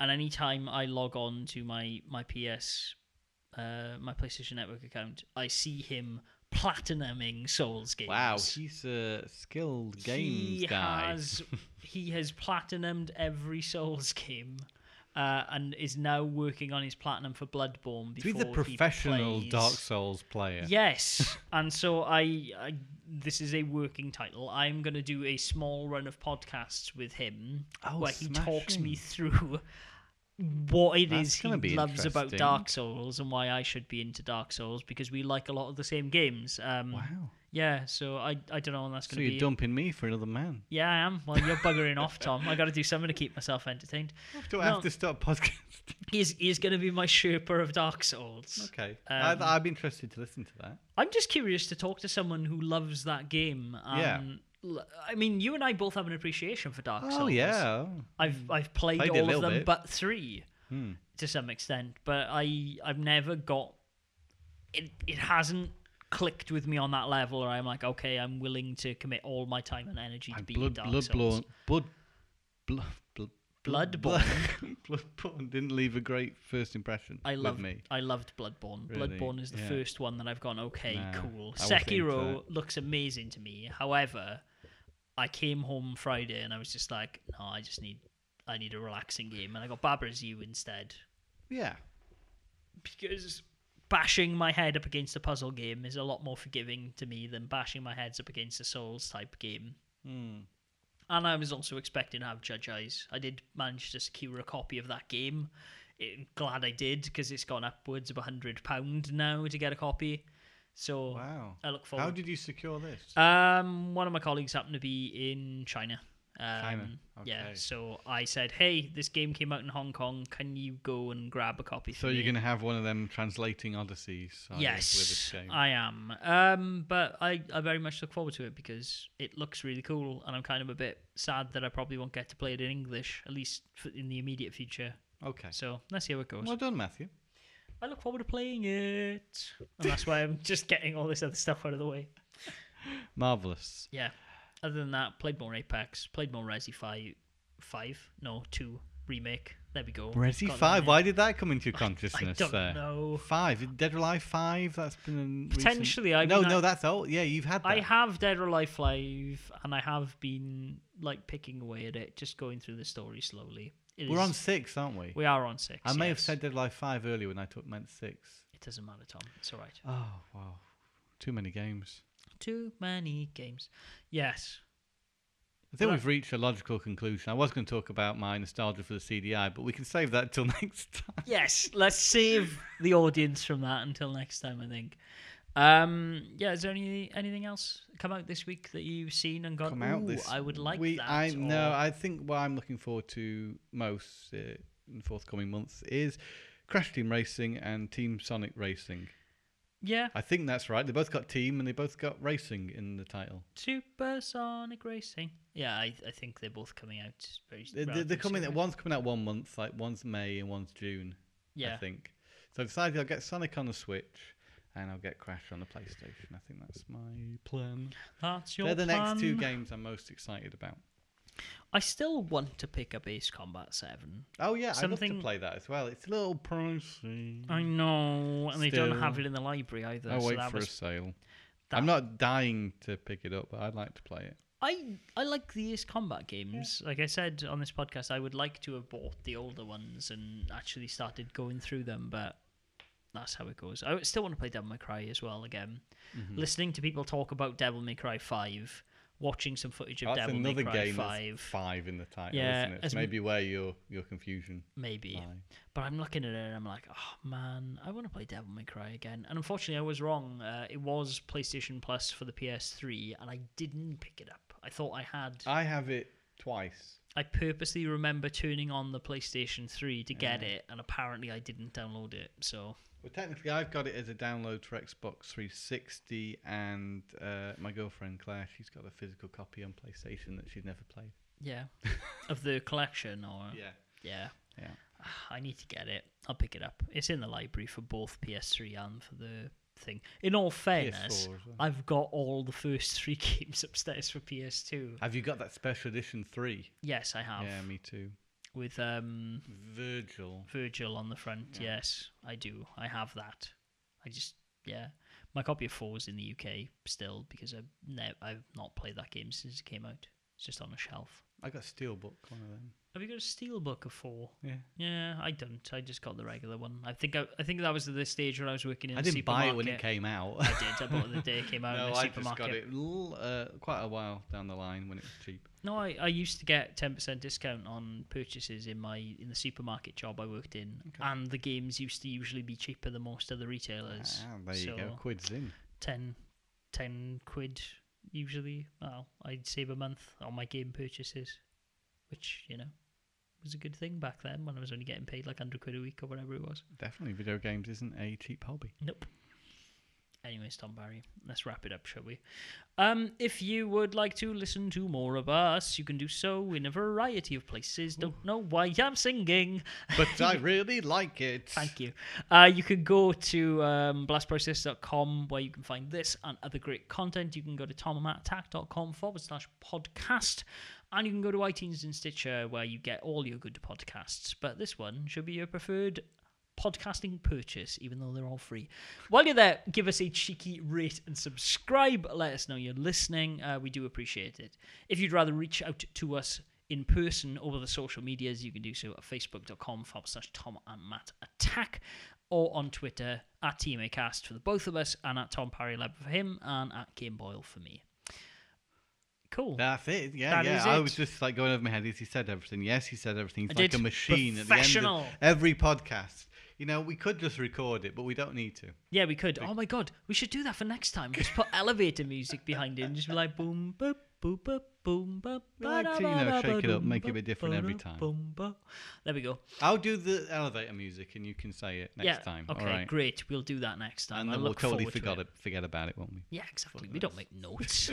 Speaker 1: And anytime I log on to my, my PS, uh, my PlayStation Network account, I see him platinuming Souls games.
Speaker 2: Wow, he's a skilled games
Speaker 1: he
Speaker 2: guy.
Speaker 1: Has, he has platinumed every Souls game. Uh, and is now working on his platinum for Bloodborne.
Speaker 2: To be
Speaker 1: Before
Speaker 2: the
Speaker 1: he
Speaker 2: professional
Speaker 1: plays-
Speaker 2: Dark Souls player.
Speaker 1: Yes, and so I, I, this is a working title. I'm going to do a small run of podcasts with him
Speaker 2: Oh,
Speaker 1: where he talks me
Speaker 2: smashing.
Speaker 1: through what it is
Speaker 2: That's
Speaker 1: he
Speaker 2: gonna be
Speaker 1: loves about
Speaker 2: interesting.
Speaker 1: Dark Souls and why I should be into Dark Souls because we like a lot of the same games. Um,
Speaker 2: Wow.
Speaker 1: Yeah, so I, I don't know when that's going
Speaker 2: So
Speaker 1: to
Speaker 2: you're
Speaker 1: be.
Speaker 2: dumping me for another man.
Speaker 1: Yeah, I am. Well, you're buggering off, Tom. I got to do something to keep myself entertained.
Speaker 2: Do I
Speaker 1: No.
Speaker 2: have to stop podcasting?
Speaker 1: He's he's going to be my Sherpa of Dark Souls.
Speaker 2: okay.
Speaker 1: Um,
Speaker 2: I, I'd be interested to listen to that.
Speaker 1: I'm just curious to talk to someone who loves that game.
Speaker 2: Yeah.
Speaker 1: Um, l- I mean, you and I both have an appreciation for Dark Souls.
Speaker 2: Oh yeah.
Speaker 1: I've I've played,
Speaker 2: Played it a
Speaker 1: all of
Speaker 2: little
Speaker 1: them
Speaker 2: bit.
Speaker 1: but three
Speaker 2: Hmm.
Speaker 1: to some extent, but I I've never got it. It hasn't clicked with me on that level, or I'm like, okay, I'm willing to commit all my time and energy to
Speaker 2: And
Speaker 1: be
Speaker 2: blood,
Speaker 1: Dark
Speaker 2: blood,
Speaker 1: Souls.
Speaker 2: blood, blood, blood,
Speaker 1: Bloodborne.
Speaker 2: Bloodborne didn't leave a great first impression.
Speaker 1: I loved,
Speaker 2: with me.
Speaker 1: I loved Bloodborne.
Speaker 2: Really?
Speaker 1: Bloodborne is the
Speaker 2: Yeah.
Speaker 1: first one that I've gone, okay,
Speaker 2: Nah,
Speaker 1: cool.
Speaker 2: I wasn't into
Speaker 1: Sekiro looks amazing to me. However, I came home Friday and I was just like, no, I just need, I need a relaxing game. And I got Barbara's You instead.
Speaker 2: Yeah,
Speaker 1: Because bashing my head up against a puzzle game is a lot more forgiving to me than bashing my heads up against a Souls type game.
Speaker 2: Hmm.
Speaker 1: And I was also expecting to have Judge Eyes. I did manage to secure a copy of that game. It, glad I did because it's gone upwards of £100 now to get a copy. So
Speaker 2: wow.
Speaker 1: I look
Speaker 2: How
Speaker 1: forward.
Speaker 2: did you secure this?
Speaker 1: um, one of my colleagues happened to be in China. Um,
Speaker 2: China,
Speaker 1: Yeah,
Speaker 2: okay.
Speaker 1: so I said, hey, this game came out in Hong Kong. Can you go and grab a copy for
Speaker 2: so
Speaker 1: me?
Speaker 2: you're going to have one of them translating odysseys? are you, Oh, with this
Speaker 1: Yes, Uh,
Speaker 2: game?
Speaker 1: I am. Um, but I, I very much look forward to it because it looks really cool, and I'm kind of a bit sad that I probably won't get to play it in English, at least for, in the immediate future.
Speaker 2: okay.
Speaker 1: So let's see how it goes.
Speaker 2: Well done, Matthew.
Speaker 1: I look forward to playing it, and that's why I'm just getting all this other stuff out of the way.
Speaker 2: Marvelous.
Speaker 1: Yeah. Other than that, played more Apex, played more Resi Five, five, no two remake. There we go.
Speaker 2: Resi
Speaker 1: Got that
Speaker 2: Five.
Speaker 1: in.
Speaker 2: Why did that come into your
Speaker 1: I
Speaker 2: consciousness
Speaker 1: don't
Speaker 2: there?
Speaker 1: know.
Speaker 2: Five. Dead or Alive Five. That's been in recent-
Speaker 1: Potentially, I
Speaker 2: no,
Speaker 1: mean,
Speaker 2: no,
Speaker 1: I-
Speaker 2: that's old. Yeah, you've had that.
Speaker 1: I have Dead or Alive Live, and I have been like picking away at it, just going through the story slowly. It
Speaker 2: We're on
Speaker 1: is-
Speaker 2: six, aren't we?
Speaker 1: We are on six.
Speaker 2: I may have
Speaker 1: yes.
Speaker 2: said Dead or Alive Five earlier when I took meant six.
Speaker 1: it doesn't matter, Tom. It's all right.
Speaker 2: Oh wow, too many games.
Speaker 1: Too many games. Yes.
Speaker 2: I think
Speaker 1: Well,
Speaker 2: we've reached a logical conclusion. I was going to talk about my nostalgia for the CDI, but we can save that till next time.
Speaker 1: Yes. Let's save the audience from that until next time. I think. Um, yeah. Is there any anything else come out this week that you've seen and gone?
Speaker 2: Come out
Speaker 1: "Ooh,
Speaker 2: this.
Speaker 1: I would like
Speaker 2: we,
Speaker 1: that.
Speaker 2: I
Speaker 1: or-
Speaker 2: no. I think what I'm looking forward to most uh, in forthcoming months is Crash Team Racing and Team Sonic Racing.
Speaker 1: yeah.
Speaker 2: I think that's right. They both got team and they both got racing in the title.
Speaker 1: Supersonic Racing. Yeah, I, I think they're both coming out very
Speaker 2: They- They're,
Speaker 1: relatively
Speaker 2: they're coming.
Speaker 1: soon.
Speaker 2: One's coming out one month, like one's May and one's June. I
Speaker 1: Yeah.
Speaker 2: think. So I decided I'll get Sonic on the Switch and I'll get Crash on the PlayStation. I think that's my plan.
Speaker 1: That's your
Speaker 2: They're the next two
Speaker 1: plan.
Speaker 2: games I'm most excited about.
Speaker 1: I still want to pick up Ace Combat 7.
Speaker 2: Oh yeah, I'd love
Speaker 1: Something-
Speaker 2: to play that as well. It's a little pricey.
Speaker 1: I know, and they don't have
Speaker 2: Still.
Speaker 1: it in the library either.
Speaker 2: I'll
Speaker 1: so
Speaker 2: wait
Speaker 1: that
Speaker 2: for a
Speaker 1: was,
Speaker 2: sale.
Speaker 1: that-
Speaker 2: I'm not dying to pick it up, but I'd like to play it.
Speaker 1: I, I like the Ace Combat games. Like I said on this podcast, I would like to have bought the older ones and actually started going through them, but that's how it goes. I still want to play Devil May Cry as well again.
Speaker 2: Mm-hmm. Hmm.
Speaker 1: Listening to people talk about Devil May Cry 5, watching some footage of
Speaker 2: Oh, That's
Speaker 1: Devil May
Speaker 2: another
Speaker 1: Cry
Speaker 2: game
Speaker 1: 5.
Speaker 2: that's five in the title,
Speaker 1: Yeah,
Speaker 2: isn't it?
Speaker 1: as
Speaker 2: It's
Speaker 1: m-
Speaker 2: maybe where your your confusion.
Speaker 1: maybe.
Speaker 2: Aye.
Speaker 1: But I'm looking at it and I'm like, oh man, I want to play Devil May Cry again. And unfortunately, I was wrong. Uh, it was PlayStation Plus for the PS3, and I didn't pick it up. I thought I had.
Speaker 2: I have it twice.
Speaker 1: I purposely remember turning on the PlayStation 3 to get it, and apparently I didn't download it. So
Speaker 2: Well, technically, I've got it as a download for Xbox 360, and uh, my girlfriend Claire, she's got a physical copy on PlayStation that she's never played.
Speaker 1: yeah, of the collection or
Speaker 2: Yeah.
Speaker 1: yeah. Ah,
Speaker 2: Yeah.
Speaker 1: I need to get it. I'll pick it up. It's in the library for both PS3 and for the thing. In all fairness,
Speaker 2: PS4 as well.
Speaker 1: I've got all the first three games upstairs for PS2.
Speaker 2: Have you got that special edition three?
Speaker 1: Yes, I have.
Speaker 2: Yeah, me too.
Speaker 1: with um
Speaker 2: Virgil.
Speaker 1: Virgil on the front. Yes, I do. I have that. I just yeah. My copy of four is in the UK still because I've ne- I've not played that game since it came out. It's just on a shelf.
Speaker 2: I got Steelbook, one of them.
Speaker 1: Have you got a Steelbook of four?
Speaker 2: Yeah.
Speaker 1: Yeah, I don't. I just got the regular one. I think I, I think that was the stage when I was working in
Speaker 2: I
Speaker 1: the
Speaker 2: didn't buy
Speaker 1: supermarket.
Speaker 2: it when it came out.
Speaker 1: I did. I bought it the day it came out in
Speaker 2: no,
Speaker 1: the
Speaker 2: I just
Speaker 1: supermarket.
Speaker 2: got it l- uh, quite a while down the line when it was cheap.
Speaker 1: No, I, I used to get ten percent discount on purchases in my in the supermarket job I worked in, and the games used to usually be cheaper than most other retailers.
Speaker 2: Ah, there you go.
Speaker 1: So,
Speaker 2: Quids in.
Speaker 1: 10, 10 quid usually. Well, I'd save a month on my game purchases, which you know was a good thing back then when I was only getting paid like hundred quid a week or whatever it was.
Speaker 2: Definitely, video games isn't a cheap hobby.
Speaker 1: Nope. Anyways, Tom Barry, let's wrap it up, shall we? Um, if you would like to listen to more of us, you can do so in a variety of places. Don't know why I'm singing.
Speaker 2: But I really like it.
Speaker 1: Thank you. Uh, you can go to um, blastprocess.com where you can find this and other great content. You can go to tomattack.com forward slash podcast. And you can go to iTunes and Stitcher where you get all your good podcasts. But this one should be your preferred podcasting purchase, even though they're all free. While you're there, give us a cheeky rate and subscribe. Let us know you're listening. Uh, we do appreciate it. If you'd rather reach out to us in person over the social medias, you can do so at facebook.com forward slash Tom and Matt Attack or on Twitter at TMAcast for the both of us and at Tom Parry Lab for him and at Game Boyle for me. Cool.
Speaker 2: That's it. Yeah,
Speaker 1: That
Speaker 2: yeah.
Speaker 1: is
Speaker 2: I
Speaker 1: it.
Speaker 2: was just like going over my head. Yes, he said everything. Yes, he said everything. He's
Speaker 1: I
Speaker 2: like
Speaker 1: did.
Speaker 2: a machine at the end of
Speaker 1: Professional.
Speaker 2: every podcast. You know, we could just record it, but we don't need to.
Speaker 1: Yeah, we could. Oh my god, we should do that for next time. Just put elevator music behind it and just be like boom, boop, boop, boop, boom, boop.
Speaker 2: We like to, you know, shake it up, make it a bit different every
Speaker 1: ba-da-ba-da-boom,
Speaker 2: time.
Speaker 1: boom, boom. There we go.
Speaker 2: I'll do the elevator music, and you can say it next
Speaker 1: yeah.
Speaker 2: time.
Speaker 1: Okay,
Speaker 2: All right.
Speaker 1: great. We'll do that next time.
Speaker 2: And
Speaker 1: I
Speaker 2: then we'll
Speaker 1: look
Speaker 2: totally
Speaker 1: forward to
Speaker 2: forget
Speaker 1: it.
Speaker 2: it. forget about it, won't we?
Speaker 1: Yeah, exactly. We don't make notes.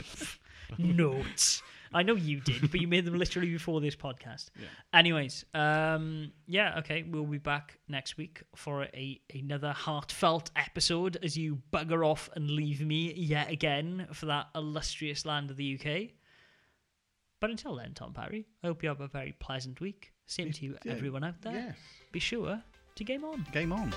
Speaker 1: notes. I know you did, but you made them literally before this podcast.
Speaker 2: Yeah.
Speaker 1: Anyways, um, yeah, okay. We'll be back next week for a another heartfelt episode as you bugger off and leave me yet again for that illustrious land of the UK. But until then, Tom Parry, I hope you have a very pleasant week. Same to you,
Speaker 2: Yeah,
Speaker 1: everyone out there.
Speaker 2: Yes.
Speaker 1: Be sure to game on.
Speaker 2: Game on.